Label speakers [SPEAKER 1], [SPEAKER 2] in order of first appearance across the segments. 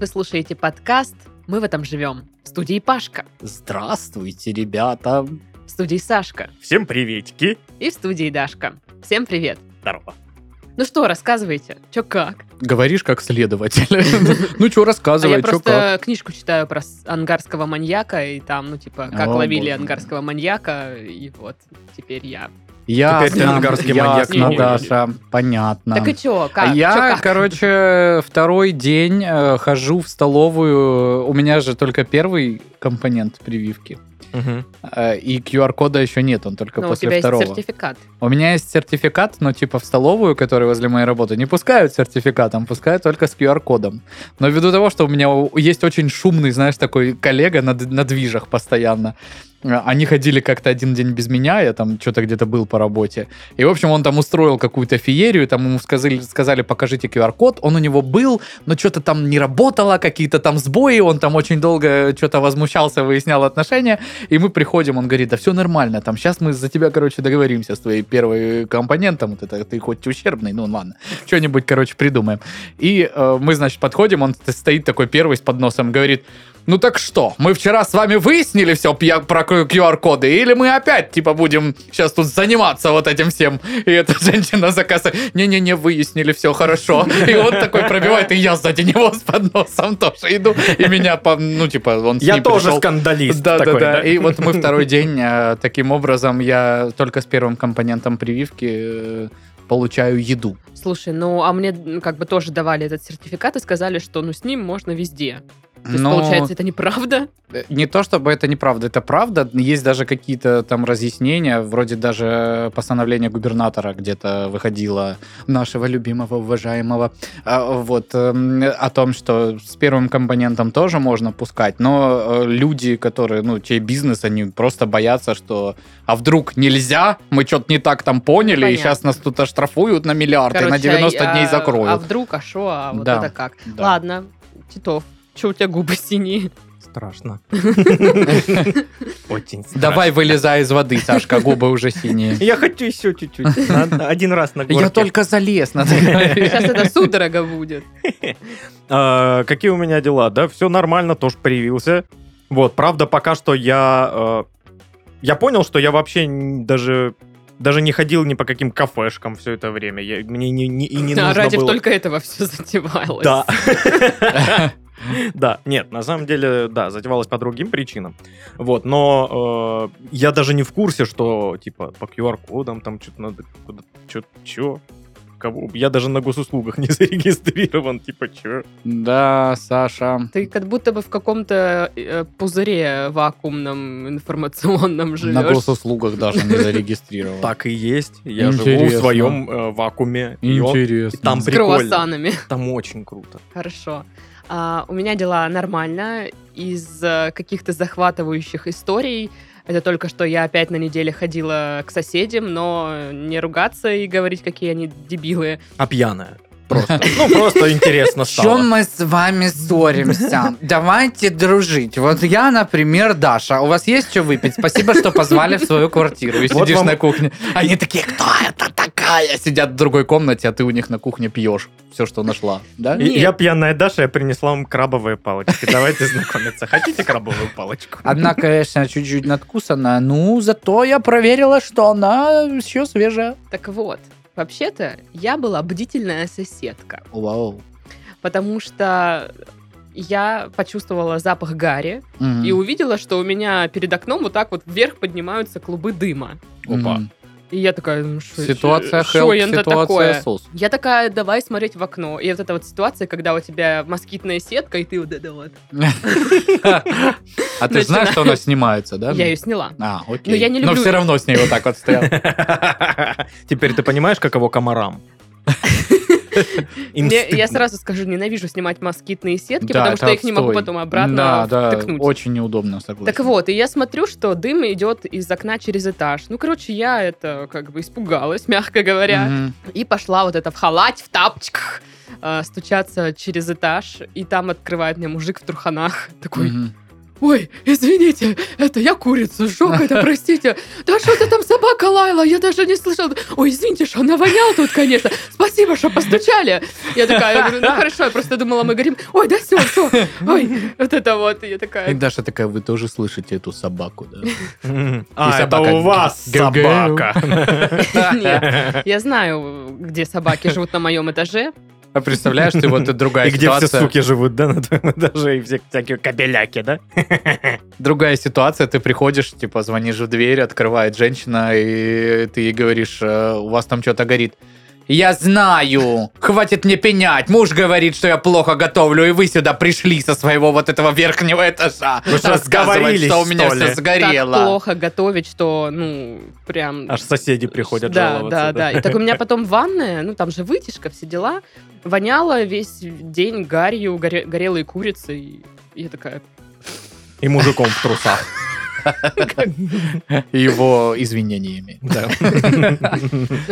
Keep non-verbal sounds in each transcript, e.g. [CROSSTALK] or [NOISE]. [SPEAKER 1] Вы слушаете подкаст «Мы в этом живем». В студии Пашка,
[SPEAKER 2] Здравствуйте, ребята!
[SPEAKER 1] в студии Сашка
[SPEAKER 3] Всем приветики.
[SPEAKER 1] и в студии Дашка. Всем привет!
[SPEAKER 3] Здорово.
[SPEAKER 1] Ну что, рассказывайте, чё как?
[SPEAKER 2] Говоришь как следователь. [LAUGHS] Ну что,
[SPEAKER 1] А я
[SPEAKER 2] рассказывай, что как.
[SPEAKER 1] просто книжку читаю про с- ангарского маньяка, и там, ну, типа, как
[SPEAKER 2] О,
[SPEAKER 1] ловили
[SPEAKER 2] боже.
[SPEAKER 1] ангарского маньяка, и вот теперь я.
[SPEAKER 3] Теперь ты ангарский маньяк
[SPEAKER 2] ясно,
[SPEAKER 3] не
[SPEAKER 2] Даша, понятно.
[SPEAKER 1] Так и чё, как?
[SPEAKER 2] А
[SPEAKER 1] Чё
[SPEAKER 2] я,
[SPEAKER 1] как?
[SPEAKER 2] короче, второй день э, хожу в столовую. У меня же только первый компонент прививки. Э, И QR-кода еще нет, он только
[SPEAKER 1] Ну, у тебя
[SPEAKER 2] после
[SPEAKER 1] есть
[SPEAKER 2] второго.
[SPEAKER 1] сертификат.
[SPEAKER 2] У меня есть сертификат, но типа в столовую, которая возле моей работы, не пускают с сертификатом, пускают только с QR-кодом. Но ввиду того, что у меня у- есть очень шумный, знаешь, такой коллега на, д- на движах постоянно, э, они ходили как-то один день без меня, я там что-то где-то был по работе. И, в общем, он там устроил какую-то феерию, там ему сказали, сказали покажите QR-код, он у него был, но что-то там не работало, какие-то там сбои, он там очень долго что-то возмущался, выяснял отношения, и мы приходим, он говорит, да все нормально, там сейчас мы за тебя, короче, договоримся с твоей первой компонентом, вот это, ты хоть ущербный, ну ладно, что-нибудь, короче, придумаем. И э, мы, значит, подходим, он т- стоит такой первый с подносом, говорит, ну так что, мы вчера с вами выяснили все про к- QR-коды, или мы опять, типа, будем сейчас тут заниматься вот этим всем? И эта [LAUGHS] женщина за кассой, не-не-не, выяснили все хорошо. И он такой пробивает, и я сзади него с подносом тоже иду, и меня, по- ну, типа, он с
[SPEAKER 3] Я
[SPEAKER 2] ней
[SPEAKER 3] тоже
[SPEAKER 2] пришел.
[SPEAKER 3] скандалист.
[SPEAKER 2] Да, да,
[SPEAKER 3] такой,
[SPEAKER 2] да. И вот мы второй день э, таким образом я только с первым компонентом прививки э, получаю еду.
[SPEAKER 1] Слушай, ну, а мне м, как бы тоже давали этот сертификат и сказали, что, ну, с ним можно везде. То есть,
[SPEAKER 2] Но
[SPEAKER 1] получается, это неправда?
[SPEAKER 2] э, не то чтобы это неправда, это правда. Есть даже какие-то там разъяснения, вроде даже постановление губернатора где-то выходило нашего любимого, уважаемого, а, вот эм, о том, что с первым компонентом тоже можно пускать, но э, люди, которые, ну, чей бизнес, они просто боятся, что а вдруг нельзя, мы что-то не так там поняли, и
[SPEAKER 1] Понятно.
[SPEAKER 2] сейчас нас тут оштрафуют на миллиард и на
[SPEAKER 1] Короче,
[SPEAKER 2] 90
[SPEAKER 1] а-
[SPEAKER 2] дней
[SPEAKER 1] А
[SPEAKER 2] закроют.
[SPEAKER 1] вдруг, а шо, а вот
[SPEAKER 2] Да.
[SPEAKER 1] это как?
[SPEAKER 2] Да.
[SPEAKER 1] Ладно, Титов, что у тебя губы [LAUGHS]
[SPEAKER 3] [LAUGHS]
[SPEAKER 1] синие?
[SPEAKER 3] Страшно. Очень страшно.
[SPEAKER 2] Давай вылезай из воды, Сашка, губы уже
[SPEAKER 1] [LAUGHS]
[SPEAKER 2] синие.
[SPEAKER 3] Я хочу еще чуть-чуть. Надо- Один раз на горке.
[SPEAKER 2] Я только
[SPEAKER 1] [LAUGHS]
[SPEAKER 2] залез на такое.
[SPEAKER 1] Сейчас это судорога будет.
[SPEAKER 3] А, Какие у меня дела? Да, все нормально, тоже привился. Вот, правда, пока что я... э, Я понял, что я вообще н- даже... Даже не ходил ни по каким кафешкам все это время. Я- мне не, не- и не
[SPEAKER 1] А
[SPEAKER 3] нужно
[SPEAKER 1] ради
[SPEAKER 3] было.
[SPEAKER 1] только этого все затевалось.
[SPEAKER 3] Да. Да, нет, на самом деле, да, затевалось по другим причинам. Вот, но э, я даже не в курсе, что, типа, по QR-кодам там что-то надо... Что-то, чё? Кого? Я даже на госуслугах не [LAUGHS] зарегистрирован, типа, чё?
[SPEAKER 2] Да, Саша.
[SPEAKER 1] Ты как будто бы в каком-то э, пузыре вакуумном информационном
[SPEAKER 2] На
[SPEAKER 1] живешь.
[SPEAKER 2] госуслугах даже не зарегистрировал.
[SPEAKER 3] Так и есть. Я живу в
[SPEAKER 2] Интересно.
[SPEAKER 3] своем э, вакууме. и он-
[SPEAKER 2] Интересно.
[SPEAKER 3] и там
[SPEAKER 1] С
[SPEAKER 3] прикольно.
[SPEAKER 1] круассанами. [LAUGHS]
[SPEAKER 3] Там очень круто.
[SPEAKER 1] Хорошо. А, у меня дела нормально. Из э, каких-то захватывающих историй. Это только что я опять на неделе ходила к соседям, но не ругаться и говорить, какие они дебилы.
[SPEAKER 3] А пьяная.
[SPEAKER 2] [LAUGHS]
[SPEAKER 3] Просто. Ну, просто интересно
[SPEAKER 2] Чем
[SPEAKER 3] стало.
[SPEAKER 2] мы с вами ссоримся? Давайте дружить. Вот я, например, Даша. У вас есть что выпить? Спасибо, что позвали в свою квартиру. И
[SPEAKER 3] Вот
[SPEAKER 2] сидишь
[SPEAKER 3] вам-
[SPEAKER 2] на кухне. Они такие, кто это такая? Сидят в другой комнате, а ты у них на кухне пьешь все, что нашла. Да?
[SPEAKER 3] И-
[SPEAKER 1] Нет.
[SPEAKER 3] Я пьяная Даша, я принесла вам крабовые палочки. Давайте знакомиться. Хотите крабовую палочку?
[SPEAKER 2] Одна, конечно, чуть-чуть надкусана. Ну, зато я проверила, что она еще свежая.
[SPEAKER 1] Так вот, вообще-то я была бдительная соседка.
[SPEAKER 2] Вау.
[SPEAKER 1] потому что я почувствовала запах гари и увидела, что у меня перед окном вот так вот вверх поднимаются клубы дыма.
[SPEAKER 3] Опа.
[SPEAKER 1] И я такая, ну что
[SPEAKER 2] Ситуация
[SPEAKER 1] что
[SPEAKER 2] хелп,
[SPEAKER 1] это
[SPEAKER 2] ситуация
[SPEAKER 1] такое? [LAUGHS]
[SPEAKER 2] сос.
[SPEAKER 1] Я такая, давай смотреть в окно. И вот эта вот ситуация, когда у тебя москитная сетка, и ты вот это вот.
[SPEAKER 2] А ты знаешь, что она снимается, да?
[SPEAKER 1] Я ее сняла.
[SPEAKER 2] А,
[SPEAKER 1] Но
[SPEAKER 2] окей.
[SPEAKER 1] я не люблю- Типа,
[SPEAKER 2] все равно с ней вот так
[SPEAKER 1] [LAUGHS]
[SPEAKER 2] вот стоял.
[SPEAKER 3] [LAUGHS] Теперь ты понимаешь, каково комарам? Им
[SPEAKER 1] Мне-
[SPEAKER 3] стыдно.
[SPEAKER 1] я сразу скажу, ненавижу снимать москитные сетки,
[SPEAKER 2] Да,
[SPEAKER 1] потому что
[SPEAKER 2] это
[SPEAKER 1] я их не могу
[SPEAKER 2] отстой.
[SPEAKER 1] потом обратно
[SPEAKER 2] Да, да,
[SPEAKER 1] втыкнуть.
[SPEAKER 2] очень неудобно, согласен.
[SPEAKER 1] Так вот, и я смотрю, что дым идет из окна через этаж. Ну, короче, я это как бы испугалась, мягко говоря.
[SPEAKER 2] Мгм.
[SPEAKER 1] И пошла вот это в халате, в тапочках, э, стучаться через этаж. И там открывает мне мужик в труханах. Такой,
[SPEAKER 2] Мгм.
[SPEAKER 1] Ой, извините, это я курица, жок это, простите. Да что-то там собака лаяла, я даже не слышала. Ой, извините, что навонял тут, конечно. Спасибо, что постучали. Я такая, я говорю, ну хорошо, я просто думала, мы говорим, ой, да все, все, ой, вот это вот. И я
[SPEAKER 2] И
[SPEAKER 1] такая,
[SPEAKER 2] Даша такая, вы тоже слышите эту собаку, да?
[SPEAKER 3] А, это
[SPEAKER 2] собака.
[SPEAKER 3] у вас
[SPEAKER 2] Гэ-гэу.
[SPEAKER 3] собака. [LAUGHS]
[SPEAKER 1] нет, я знаю, где собаки живут на моем этаже.
[SPEAKER 4] А представляешь, ты вот
[SPEAKER 2] [LAUGHS]
[SPEAKER 4] другая
[SPEAKER 3] И где все
[SPEAKER 4] ситуация.
[SPEAKER 3] суки живут, да, на твоем этаже, и все всякие кабеляки, да?
[SPEAKER 4] Другая ситуация, ты приходишь, типа, звонишь в дверь, открывает женщина, и ты ей говоришь, «Э, у вас там что-то горит. Я знаю! Хватит мне пенять! Муж говорит, что я плохо готовлю, и вы сюда пришли со своего вот этого верхнего этажа.
[SPEAKER 3] Вы что,
[SPEAKER 4] рассказывать,
[SPEAKER 3] сговорились,
[SPEAKER 4] что у меня
[SPEAKER 3] что ли?
[SPEAKER 4] все
[SPEAKER 1] Так
[SPEAKER 4] сгорело.
[SPEAKER 1] плохо готовить, что, ну, прям...
[SPEAKER 3] Аж соседи приходят
[SPEAKER 1] да,
[SPEAKER 3] жаловаться.
[SPEAKER 1] Да, да, И так у меня потом ванная, ну там же вытяжка, все дела, воняла весь день гарью, горе- горелой курицей. И я такая, [LAUGHS]
[SPEAKER 3] И мужиком в трусах.
[SPEAKER 2] Его извинениями.
[SPEAKER 3] [LAUGHS] Да.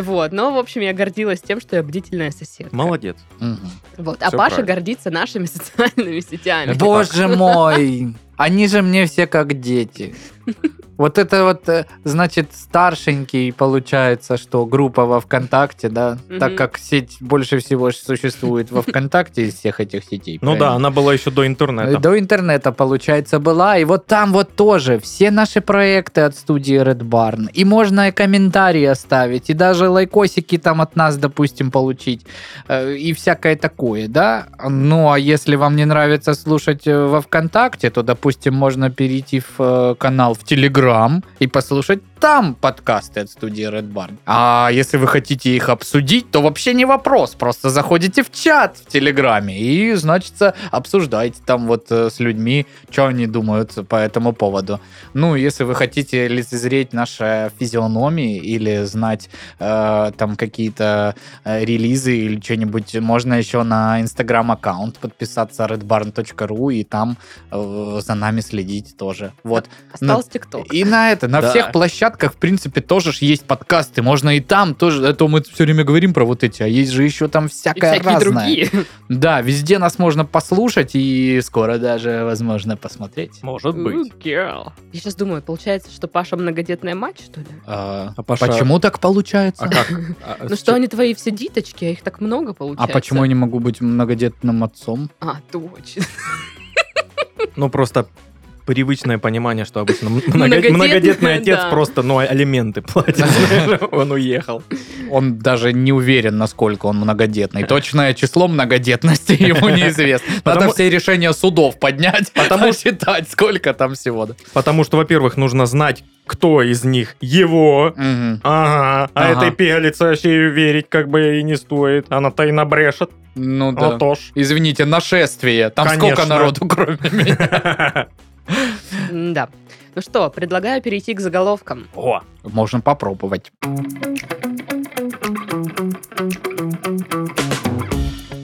[SPEAKER 1] вот. Но, в общем, я гордилась тем, что я бдительная соседка.
[SPEAKER 3] Молодец.
[SPEAKER 2] Мгм.
[SPEAKER 1] Вот. А
[SPEAKER 3] всё
[SPEAKER 1] Паша
[SPEAKER 3] правильно.
[SPEAKER 1] гордится нашими [LAUGHS] социальными сетями.
[SPEAKER 2] Боже мой! Они же мне все как дети. Вот это вот, э, значит, старшенький получается, что группа во ВКонтакте, да,
[SPEAKER 1] Мгм.
[SPEAKER 2] так как сеть больше всего ж существует во ВКонтакте из всех этих сетей.
[SPEAKER 3] Ну да,
[SPEAKER 2] правильно?
[SPEAKER 3] она была еще до
[SPEAKER 1] Ну
[SPEAKER 2] Э,
[SPEAKER 3] интернета.
[SPEAKER 2] До интернета, получается, была. И вот там вот тоже все наши проекты от студии Red Barn. И можно и комментарии оставить, и даже лайкосики там от нас, допустим, получить. э, И всякое такое, да? Ну, а если вам не нравится слушать э, во ВКонтакте, то, допустим, можно перейти в э, канал в Телеграм и послушать там подкасты от студии Red Barn. А если вы хотите их обсудить, то вообще не вопрос. Просто заходите в чат в Телеграме и, значит, обсуждайте там вот э, с людьми, что они думают по этому поводу. Ну, если вы хотите лицезреть наши физиономии или знать э, там какие-то э, релизы или что-нибудь, можно еще на инстаграм-аккаунт подписаться redbarn.ru и там э, за нами следить тоже. Вот.
[SPEAKER 1] Остался ТикТок.
[SPEAKER 2] И на это, на
[SPEAKER 3] Да.
[SPEAKER 2] всех площадках, в принципе, тоже ж есть подкасты. Можно и там тоже, а то мы все время говорим про вот эти, а есть же еще там
[SPEAKER 1] И
[SPEAKER 2] всякое
[SPEAKER 1] всякие
[SPEAKER 2] разное.
[SPEAKER 1] другие.
[SPEAKER 2] Да, везде нас можно послушать и скоро даже, возможно, посмотреть.
[SPEAKER 3] Может быть.
[SPEAKER 1] Ooh, girl. Я сейчас думаю, получается, что Паша многодетная мать, что ли?
[SPEAKER 2] А,
[SPEAKER 3] А Паша-
[SPEAKER 2] Почему так получается?
[SPEAKER 1] [LAUGHS]
[SPEAKER 3] А как? А,
[SPEAKER 1] Ну
[SPEAKER 3] с
[SPEAKER 1] что
[SPEAKER 3] чё-
[SPEAKER 1] они твои все диточки, а их так много
[SPEAKER 2] А
[SPEAKER 1] получается.
[SPEAKER 2] почему я не могу быть многодетным отцом?
[SPEAKER 1] А, точно.
[SPEAKER 3] Ну просто привычное понимание, что обычно м-
[SPEAKER 1] Многодетная,
[SPEAKER 3] многодетный, отец
[SPEAKER 1] да.
[SPEAKER 3] просто, ну,
[SPEAKER 1] [LAUGHS]
[SPEAKER 3] алименты платит. знаешь, Он уехал.
[SPEAKER 2] Он даже не уверен, насколько он многодетный. Точное число многодетности [LAUGHS] ему неизвестно. Надо
[SPEAKER 3] Потому-
[SPEAKER 2] все решения судов поднять, потому [LAUGHS] считать, сколько там всего.
[SPEAKER 3] Потому что, во-первых, нужно знать, кто из них его.
[SPEAKER 2] Мгм.
[SPEAKER 3] Ага, а
[SPEAKER 2] Ага.
[SPEAKER 3] этой пигалице вообще её верить как бы и не стоит. Она-то и набрешет.
[SPEAKER 2] Ну
[SPEAKER 3] А
[SPEAKER 2] да.
[SPEAKER 3] то ж.
[SPEAKER 2] Извините, нашествие. Там сколько
[SPEAKER 3] Конечно.
[SPEAKER 2] народу, кроме меня?
[SPEAKER 1] Да. Ну что, предлагаю перейти к заголовкам.
[SPEAKER 3] О,
[SPEAKER 2] Можно попробовать.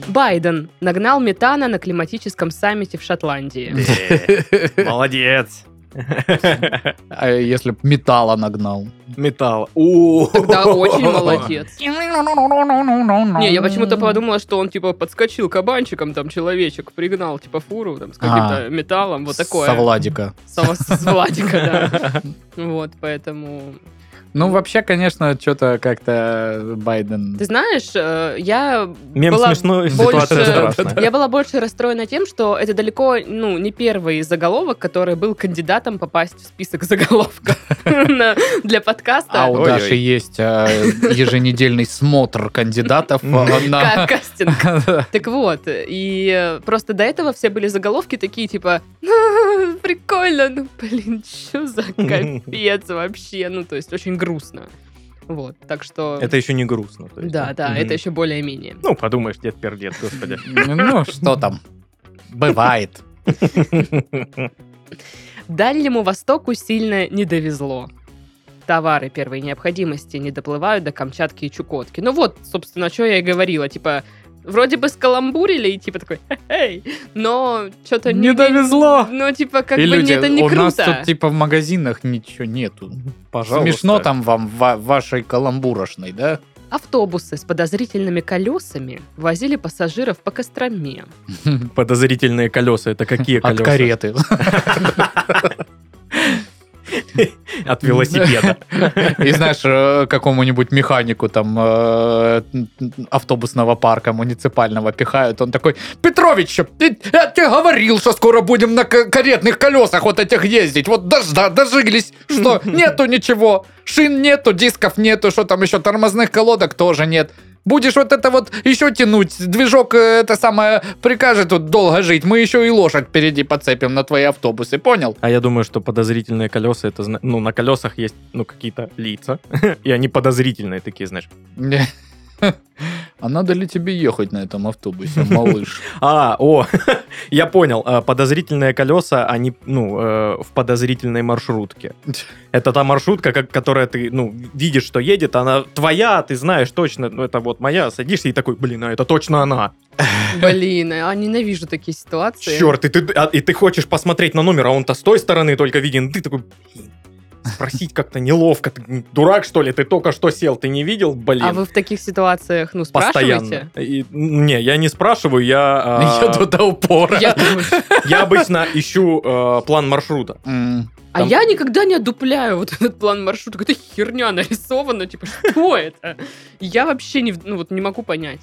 [SPEAKER 1] Байден нагнал метана на климатическом саммите в Шотландии.
[SPEAKER 3] э, [LAUGHS] молодец.
[SPEAKER 2] А если б металла нагнал?
[SPEAKER 3] Металл. У.
[SPEAKER 1] Тогда
[SPEAKER 3] [LAUGHS]
[SPEAKER 1] очень молодец. Не, я почему-то подумала, что он типа подскочил кабанчиком, там человечек пригнал типа фуру там с каким-то
[SPEAKER 2] А.
[SPEAKER 1] металлом, вот такое.
[SPEAKER 2] Со Владика.
[SPEAKER 1] Со- С
[SPEAKER 3] [LAUGHS]
[SPEAKER 1] Владика, да. Вот, поэтому...
[SPEAKER 2] Ну, вообще, конечно, что-то как-то э, Байден...
[SPEAKER 1] Ты знаешь, э, я
[SPEAKER 3] Мем
[SPEAKER 1] была
[SPEAKER 3] смешной,
[SPEAKER 1] больше-
[SPEAKER 3] ситуация страшная.
[SPEAKER 1] Я была больше расстроена тем, что это далеко ну, не первый заголовок, который был кандидатом попасть в список заголовков [LAUGHS] на- для
[SPEAKER 2] А
[SPEAKER 1] подкаста.
[SPEAKER 2] у
[SPEAKER 3] Ой-ой.
[SPEAKER 2] Даши есть э, еженедельный смотр кандидатов э, на...
[SPEAKER 1] Ка-
[SPEAKER 3] [LAUGHS]
[SPEAKER 1] Кастинг. Так вот, и э, просто до этого все были заголовки такие, типа, [LAUGHS] «Ха-ха, прикольно, ну, блин, что
[SPEAKER 3] [LAUGHS]
[SPEAKER 1] за капец вообще, ну, то есть очень грустно. Вот, так что...
[SPEAKER 3] Это еще не грустно. то есть.
[SPEAKER 1] Да, да,
[SPEAKER 3] Мгм.
[SPEAKER 1] это еще более-менее.
[SPEAKER 3] Ну, подумаешь, дед пердец, господи.
[SPEAKER 2] [LAUGHS] Ну, что там? Бывает.
[SPEAKER 1] Дальнему Востоку сильно не довезло. Товары первой необходимости не доплывают до Камчатки и Чукотки. Ну вот, собственно, что я и говорила. Типа, вроде бы скаламбурили, и типа такой, эй, но что-то
[SPEAKER 2] Не довезло.
[SPEAKER 1] Ну, типа, как
[SPEAKER 2] И
[SPEAKER 1] бы
[SPEAKER 2] люди,
[SPEAKER 1] это не
[SPEAKER 2] у
[SPEAKER 1] круто.
[SPEAKER 2] нас тут типа в магазинах ничего нету.
[SPEAKER 3] Пожалуйста.
[SPEAKER 2] Смешно там вам в вашей каламбурошной, да?
[SPEAKER 1] Автобусы с подозрительными колесами возили пассажиров по Костроме.
[SPEAKER 3] Подозрительные колеса. Это какие
[SPEAKER 2] От
[SPEAKER 3] колеса?
[SPEAKER 2] кареты.
[SPEAKER 3] От [LAUGHS] велосипеда.
[SPEAKER 2] [LAUGHS] И знаешь, э, какому-нибудь механику там э, автобусного парка муниципального пихают. Он такой, Петрович, ты- я тебе говорил, что скоро будем на к- каретных колесах вот этих ездить. Вот дожда, дожились. Что? Нету ничего. Шин нету, дисков нету, что там еще, тормозных колодок тоже нет. Будешь вот это вот еще тянуть, движок э, это самое прикажет тут долго жить. Мы еще и лошадь впереди подцепим на твои автобусы, понял?
[SPEAKER 3] А я думаю, что подозрительные колеса, это, зна- ну, на колесах есть, ну, какие-то лица, [LAUGHS] и они подозрительные такие, знаешь.
[SPEAKER 2] Не. [LAUGHS] А надо ли тебе ехать на этом автобусе, [LAUGHS] малыш?
[SPEAKER 3] А, о, [LAUGHS] я понял, а, подозрительные колеса, они, ну, э, в подозрительной маршрутке. Это та маршрутка, как, которая ты, ну, видишь, что едет, она твоя, ты знаешь точно, ну, это вот моя, садишься и такой, блин, а это точно она.
[SPEAKER 1] Блин, я ненавижу такие ситуации.
[SPEAKER 3] Черт, и ты, а- и ты хочешь посмотреть на номер, а он-то с той стороны только виден, ты такой... «Блин, Спросить как-то неловко. Ты дурак, что ли? Ты только что сел, ты не видел? Блин.
[SPEAKER 1] А вы в таких ситуациях, ну, спрашиваете?
[SPEAKER 3] постоянно. И- не, я не спрашиваю, я...
[SPEAKER 2] [LAUGHS]
[SPEAKER 3] а,
[SPEAKER 2] Еду до упора.
[SPEAKER 1] Я тоже.
[SPEAKER 3] я обычно ищу э, план маршрута.
[SPEAKER 2] М,
[SPEAKER 1] А
[SPEAKER 3] Там-
[SPEAKER 1] я никогда не одупляю вот [LAUGHS] этот план маршрута. Какая-то херня нарисована, типа, что это? Я вообще не, в- ну, вот, не могу понять.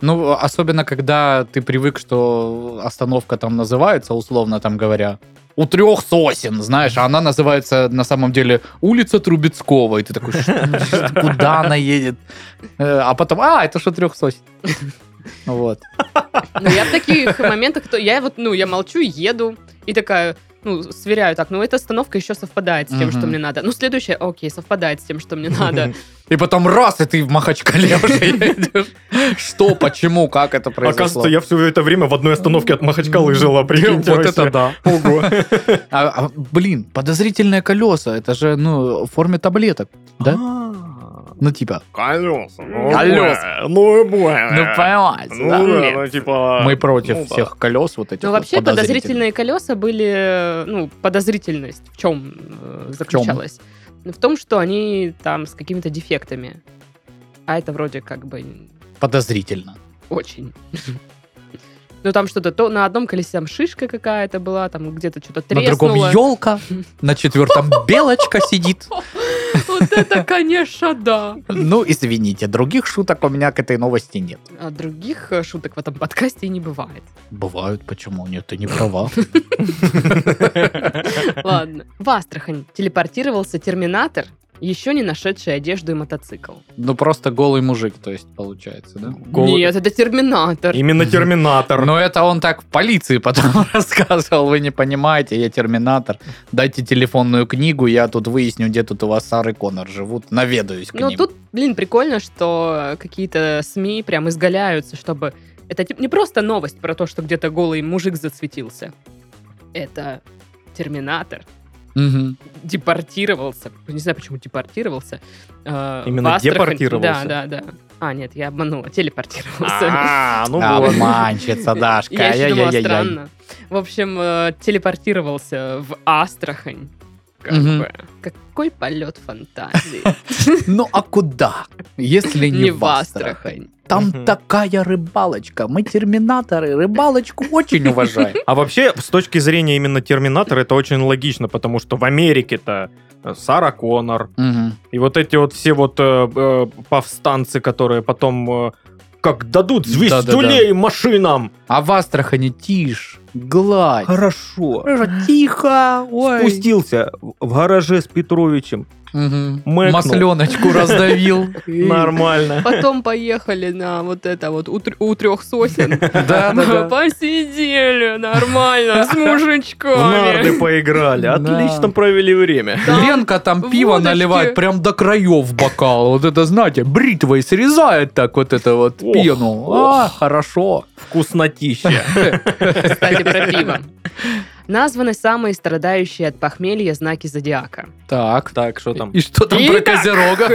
[SPEAKER 2] Ну, особенно, когда ты привык, что остановка там называется, условно там говоря, у трех сосен, знаешь, а она называется на самом деле улица Трубецкого. И ты такой, «Что- ну, куда она едет? Э, А потом, а, это что трех сосен? [LAUGHS] Вот.
[SPEAKER 1] Но Ну, я в таких моментах, то я вот, ну, я молчу и еду, и такая, ну, сверяю так, ну, эта остановка еще совпадает с тем, что
[SPEAKER 2] Мгм.
[SPEAKER 1] мне надо. Ну, следующая, окей, совпадает с тем, что мне надо.
[SPEAKER 2] И потом раз, и ты в Махачкале [LAUGHS] уже едешь. Что, почему, как это произошло?
[SPEAKER 3] Оказывается, я все это время в одной остановке от Махачкалы жила, прикиньте.
[SPEAKER 2] Вот это
[SPEAKER 3] вообще.
[SPEAKER 2] да. [LAUGHS]
[SPEAKER 3] Ого.
[SPEAKER 2] А, а, блин, подозрительные колеса, это же, ну, в форме таблеток, да? Ну, типа.
[SPEAKER 3] Колеса.
[SPEAKER 1] ну,
[SPEAKER 2] Колеса.
[SPEAKER 3] Ну,
[SPEAKER 2] понимаете,
[SPEAKER 1] да, ну,
[SPEAKER 3] типа...
[SPEAKER 2] Мы против всех колес вот этих
[SPEAKER 1] Но Ну,
[SPEAKER 2] вот
[SPEAKER 1] вообще подозрительные
[SPEAKER 2] подозрительных.
[SPEAKER 1] колеса были, ну, подозрительность в чем э, заключалась? В том, что они там с какими-то дефектами. А это вроде как бы
[SPEAKER 2] Подозрительно.
[SPEAKER 1] Очень. [LAUGHS] Ну, там что-то, то на одном колесе там шишка какая-то была, там где-то что-то
[SPEAKER 2] На другом
[SPEAKER 1] треснуло.
[SPEAKER 2] елка,
[SPEAKER 1] [LAUGHS]
[SPEAKER 2] на четвертом белочка сидит.
[SPEAKER 1] [LAUGHS] Вот это, конечно, да.
[SPEAKER 2] Ну, извините, других шуток у меня к этой новости нет.
[SPEAKER 1] А других э, шуток в этом подкасте и не [LAUGHS] бывает.
[SPEAKER 2] Бывают, почему нет, ты не права.
[SPEAKER 1] Ладно. В Астрахань телепортировался терминатор, еще не нашедший одежду и мотоцикл.
[SPEAKER 2] Ну, просто голый мужик, то есть, получается, да?
[SPEAKER 3] Голый-
[SPEAKER 1] Нет, это терминатор.
[SPEAKER 3] Именно
[SPEAKER 2] [LAUGHS]
[SPEAKER 3] Терминатор.
[SPEAKER 2] Но это он так в полиции потом [LAUGHS] рассказывал, вы не понимаете, я терминатор, дайте телефонную книгу, я тут выясню, где тут у вас Сар и Конор живут, наведаюсь к
[SPEAKER 1] Ну,
[SPEAKER 2] ним.
[SPEAKER 1] тут, блин, прикольно, что какие-то СМИ прям изгаляются, чтобы... Это тип- не просто новость про то, что где-то голый мужик зацветился. Это терминатор
[SPEAKER 2] Мгм.
[SPEAKER 1] депортировался. Не знаю, почему депортировался. э,
[SPEAKER 3] Именно
[SPEAKER 1] в Астрахань.
[SPEAKER 3] депортировался?
[SPEAKER 1] Да, да, да. А, нет, я обманула. Телепортировался.
[SPEAKER 3] А, ну
[SPEAKER 1] [LAUGHS]
[SPEAKER 3] вот.
[SPEAKER 2] Обманщица, Дашка,
[SPEAKER 1] Я еще думала,
[SPEAKER 2] ай-яй-яй-яй.
[SPEAKER 1] странно. В общем, э, телепортировался в Астрахань. Как
[SPEAKER 2] Мгм.
[SPEAKER 1] бы. Какой полет
[SPEAKER 3] [LAUGHS]
[SPEAKER 1] фантазии.
[SPEAKER 2] Ну а куда, если не, в Астрахань? Там
[SPEAKER 3] Мгм.
[SPEAKER 2] такая рыбалочка, мы терминаторы, рыбалочку
[SPEAKER 1] [LAUGHS]
[SPEAKER 2] очень уважаем.
[SPEAKER 3] А вообще, с точки зрения именно Терминатора, это очень логично, потому что в Америке-то э, Сара Коннор,
[SPEAKER 2] Мгм.
[SPEAKER 3] И вот эти вот все вот э, э, повстанцы, которые потом э, как дадут звездюлей машинам.
[SPEAKER 2] А в Астрахани тишь, гладь.
[SPEAKER 3] Хорошо.
[SPEAKER 2] Тихо, ой.
[SPEAKER 3] Спустился в в гараже с Петровичем.
[SPEAKER 2] Мгм.
[SPEAKER 3] Мэкнул.
[SPEAKER 2] Масленочку
[SPEAKER 3] [LAUGHS]
[SPEAKER 2] раздавил.
[SPEAKER 1] [LAUGHS]
[SPEAKER 3] Нормально.
[SPEAKER 1] Потом поехали на вот это вот у, тр- у трех сосен.
[SPEAKER 3] [LAUGHS]
[SPEAKER 2] Да, да, да.
[SPEAKER 1] Посидели нормально с
[SPEAKER 3] В
[SPEAKER 1] мужичками.
[SPEAKER 3] нарды поиграли.
[SPEAKER 2] Да.
[SPEAKER 3] Отлично провели время.
[SPEAKER 1] Там
[SPEAKER 2] Ленка там пиво
[SPEAKER 1] водочки.
[SPEAKER 2] наливает прям до краев бокала. Вот это, знаете, бритвой срезает так вот это вот
[SPEAKER 3] Ох,
[SPEAKER 2] пену. А, хорошо. [LAUGHS]
[SPEAKER 3] Вкуснотища.
[SPEAKER 1] Кстати, про пиво. [LAUGHS] Названы самые страдающие от похмелья знаки зодиака.
[SPEAKER 2] Так.
[SPEAKER 3] Так, что там?
[SPEAKER 2] И что там про
[SPEAKER 1] Итак. [LAUGHS]
[SPEAKER 2] Козерога?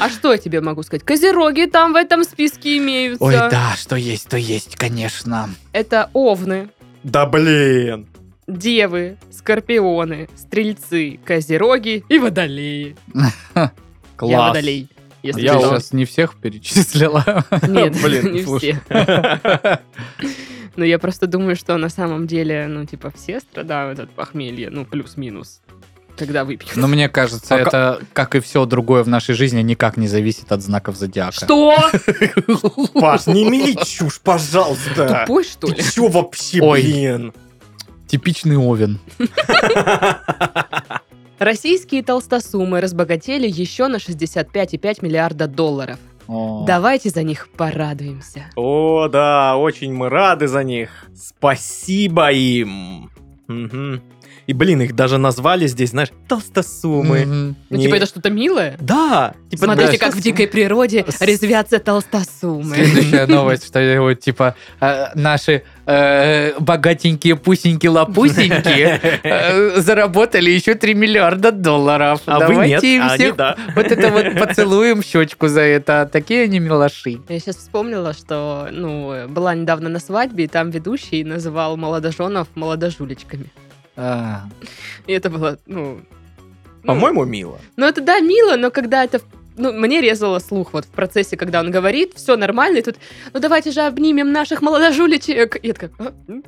[SPEAKER 1] А что я тебе могу сказать? Козероги там в этом списке имеются.
[SPEAKER 2] Ой, да, что есть, то есть, конечно.
[SPEAKER 1] Это овны,
[SPEAKER 3] Да блин.
[SPEAKER 1] девы,
[SPEAKER 2] [LAUGHS]
[SPEAKER 1] скорпионы, стрельцы, козероги и водолеи. Я
[SPEAKER 3] Класс.
[SPEAKER 1] водолей. Если
[SPEAKER 2] Я
[SPEAKER 1] [LAUGHS] что.
[SPEAKER 2] сейчас не всех перечислила. [LAUGHS]
[SPEAKER 1] Нет,
[SPEAKER 3] Блин,
[SPEAKER 1] не
[SPEAKER 3] слушай.
[SPEAKER 1] все. Ну, я просто думаю, что на самом деле, ну, типа, все страдают от похмелья, ну, плюс-минус, когда выпьют.
[SPEAKER 2] Но Ну, мне кажется,
[SPEAKER 3] А ка-
[SPEAKER 2] это, как и все другое в нашей жизни, никак не зависит от знаков зодиака.
[SPEAKER 1] Что?
[SPEAKER 3] Паш, не мели чушь, пожалуйста.
[SPEAKER 1] Тупой, что
[SPEAKER 3] Ты
[SPEAKER 1] ли?
[SPEAKER 3] чё вообще,
[SPEAKER 2] Ой.
[SPEAKER 3] блин?
[SPEAKER 2] Типичный Овен.
[SPEAKER 1] Российские толстосумы разбогатели еще на 65,5 миллиарда долларов.
[SPEAKER 2] О.
[SPEAKER 1] Давайте за них порадуемся.
[SPEAKER 3] О, да, очень мы рады за них. Спасибо им. Мгм. И, блин, их даже назвали здесь, знаешь,
[SPEAKER 2] М-м.
[SPEAKER 3] толстосумы.
[SPEAKER 2] Мгм.
[SPEAKER 1] Ну,
[SPEAKER 3] Не-
[SPEAKER 1] типа, это что-то милое?
[SPEAKER 3] Да. типа,
[SPEAKER 1] Смотрите,
[SPEAKER 3] да,
[SPEAKER 1] как в дикой природе резвятся толстосумы.
[SPEAKER 2] Следующая новость, что я вот типа э, наши э, богатенькие пусеньки лапусеньки э, заработали еще 3 миллиарда долларов.
[SPEAKER 3] А вы нет,
[SPEAKER 2] Давайте им
[SPEAKER 3] а они
[SPEAKER 2] всех
[SPEAKER 3] да.
[SPEAKER 2] вот это вот поцелуем в щечку за это. Такие они милаши.
[SPEAKER 1] Я сейчас вспомнила, что, ну, была недавно на свадьбе, и там ведущий называл молодоженов молодожулечками.
[SPEAKER 2] А,
[SPEAKER 1] И это было, ну... ну,
[SPEAKER 3] По-моему, мило.
[SPEAKER 1] Ну, это, да, мило, но когда это... Ну, мне резало слух вот в процессе, когда он говорит, все нормально, и тут, ну, давайте же обнимем наших молодожулечек. И я такая, «А? М?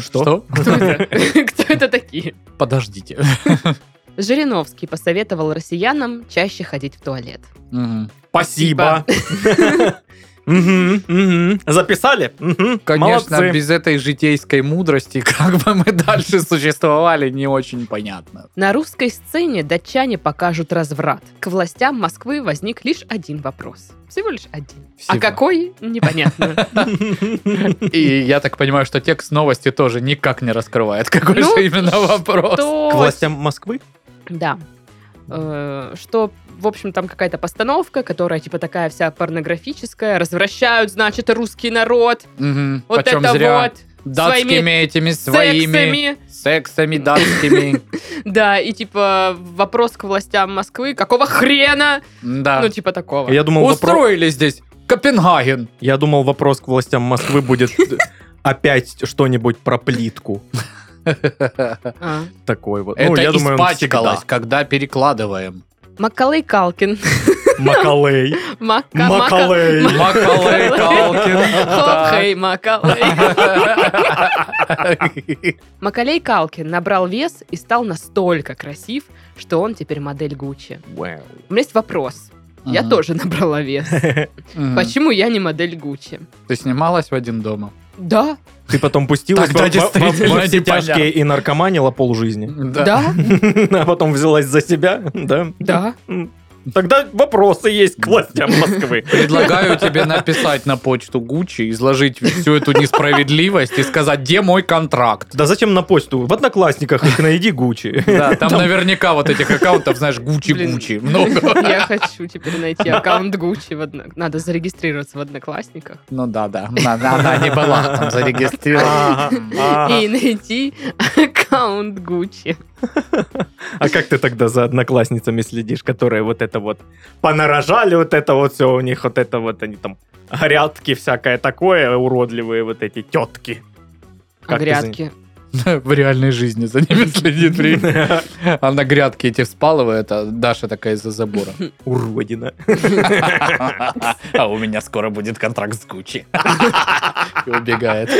[SPEAKER 2] Что?
[SPEAKER 1] кто это? [LAUGHS] Кто это такие?
[SPEAKER 2] Подождите.
[SPEAKER 1] Жириновский посоветовал россиянам чаще ходить в туалет.
[SPEAKER 2] Мгм.
[SPEAKER 3] Спасибо.
[SPEAKER 2] типа.
[SPEAKER 3] [LAUGHS] Мгм, мгм. Записали? Мгм.
[SPEAKER 2] Конечно,
[SPEAKER 3] Молодцы.
[SPEAKER 2] без этой житейской мудрости, как бы мы дальше существовали, не очень понятно.
[SPEAKER 1] На русской сцене датчане покажут разврат. К властям Москвы возник лишь один вопрос. Всего лишь один. А
[SPEAKER 2] Всего.
[SPEAKER 1] какой?
[SPEAKER 2] [LAUGHS]
[SPEAKER 1] Непонятно.
[SPEAKER 2] И я так понимаю, что текст новости тоже никак не раскрывает, какой
[SPEAKER 1] Ну,
[SPEAKER 2] же именно вопрос.
[SPEAKER 1] То-
[SPEAKER 3] [LAUGHS] К властям Москвы?
[SPEAKER 1] Да. Э, Что, в общем, там какая-то постановка, которая типа такая вся порнографическая. Развращают, значит, русский народ.
[SPEAKER 2] Мгм.
[SPEAKER 1] Вот
[SPEAKER 2] Почем
[SPEAKER 1] это
[SPEAKER 2] зря.
[SPEAKER 1] вот.
[SPEAKER 2] Датскими
[SPEAKER 1] своими
[SPEAKER 2] этими своими
[SPEAKER 1] Сексами. [LAUGHS]
[SPEAKER 2] сексами датскими.
[SPEAKER 1] Да, и типа вопрос к властям Москвы. Какого хрена? Ну,
[SPEAKER 2] Да.
[SPEAKER 1] типа такого.
[SPEAKER 3] Я думал, вопро-
[SPEAKER 2] Устроили здесь [LAUGHS] Копенгаген.
[SPEAKER 3] я думал, вопрос к властям Москвы будет [LAUGHS] опять что-нибудь про плитку.
[SPEAKER 1] А.
[SPEAKER 3] Такой вот. Ну,
[SPEAKER 2] Это
[SPEAKER 3] я думаю, он
[SPEAKER 2] испачкалось,
[SPEAKER 1] [LAUGHS]
[SPEAKER 2] когда перекладываем.
[SPEAKER 1] Макалей Калкин.
[SPEAKER 3] всегда. Макалей.
[SPEAKER 1] Мака- Мака-
[SPEAKER 3] Макалей.
[SPEAKER 2] Макалей
[SPEAKER 1] Хоп,
[SPEAKER 2] Калкин.
[SPEAKER 1] хей, Макалей. Макалей Калкин набрал вес и стал настолько красив, что он теперь модель Гуччи.
[SPEAKER 3] Вау.
[SPEAKER 1] У меня есть вопрос. Я
[SPEAKER 2] Мгм.
[SPEAKER 1] тоже набрала вес.
[SPEAKER 2] Мгм.
[SPEAKER 1] Почему я не модель Гуччи?
[SPEAKER 2] Ты снималась в один дома?
[SPEAKER 1] Да,
[SPEAKER 3] Ты потом пустилась
[SPEAKER 2] Тогда
[SPEAKER 3] во- во- во-
[SPEAKER 2] действительно
[SPEAKER 3] во все
[SPEAKER 2] непонятно.
[SPEAKER 3] тяжкие и наркоманила полжизни. [LAUGHS]
[SPEAKER 1] да,
[SPEAKER 3] А потом взялась за себя, да?
[SPEAKER 1] да.
[SPEAKER 3] Тогда вопросы есть к властям Москвы.
[SPEAKER 2] Предлагаю тебе написать на почту Гуччи, изложить всю эту несправедливость и сказать, где мой контракт.
[SPEAKER 3] Да зачем на почту? В Одноклассниках их
[SPEAKER 2] [LAUGHS]
[SPEAKER 3] найди Гуччи.
[SPEAKER 2] Да, там наверняка вот этих аккаунтов, знаешь,
[SPEAKER 1] Блин.
[SPEAKER 2] Гуччи-Гуччи много.
[SPEAKER 1] Я хочу теперь найти аккаунт Гуччи. в одно- Надо зарегистрироваться в Одноклассниках
[SPEAKER 2] Ну да, да. Она не была там зарегистрирована.
[SPEAKER 3] Ага, ага.
[SPEAKER 1] и найти [LAUGHS] аккаунт Гуччи.
[SPEAKER 3] А как ты тогда за одноклассницами следишь, которые вот это вот понарожали, вот это вот все у них, вот это вот они там грядки всякое такое, уродливые вот эти тетки.
[SPEAKER 1] А
[SPEAKER 3] Как ты
[SPEAKER 1] Грядки.
[SPEAKER 2] В реальной жизни за ними следит [LAUGHS] время. Она грядки эти вспалывает, а Даша такая из-за забора.
[SPEAKER 3] Уродина.
[SPEAKER 2] А у меня скоро будет контракт с Гуччи. [LAUGHS] И убегает.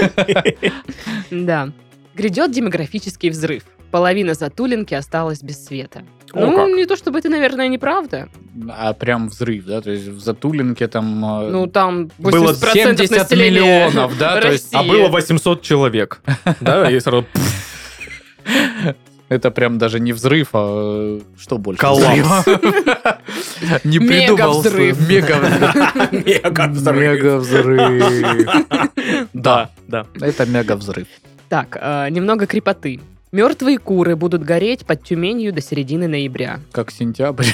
[SPEAKER 1] Да. Грядет демографический взрыв. Половина Затулинки осталась без света.
[SPEAKER 3] О,
[SPEAKER 1] ну,
[SPEAKER 3] как.
[SPEAKER 1] не то чтобы это, наверное, неправда.
[SPEAKER 2] А прям взрыв, да? То есть в Затулинке там... э,
[SPEAKER 1] Ну, там 80%
[SPEAKER 3] Было
[SPEAKER 2] 70
[SPEAKER 1] населения
[SPEAKER 2] миллионов, да, то есть-
[SPEAKER 3] А
[SPEAKER 1] России.
[SPEAKER 3] было 800 человек. Да, и сразу пф,
[SPEAKER 2] Это прям даже не взрыв, а э, что больше?
[SPEAKER 3] Коллапс.
[SPEAKER 2] Взрыва. [LAUGHS] Не придумал.
[SPEAKER 1] Мегавзрыв.
[SPEAKER 2] [LAUGHS]
[SPEAKER 3] мега-взрыв.
[SPEAKER 2] Мега-взрыв. [LAUGHS]
[SPEAKER 3] Да, да.
[SPEAKER 2] Это мега-взрыв.
[SPEAKER 1] [LAUGHS] Так, э, немного крепоты. Мертвые куры будут гореть под Тюменью до середины ноября.
[SPEAKER 2] Как сентябрь.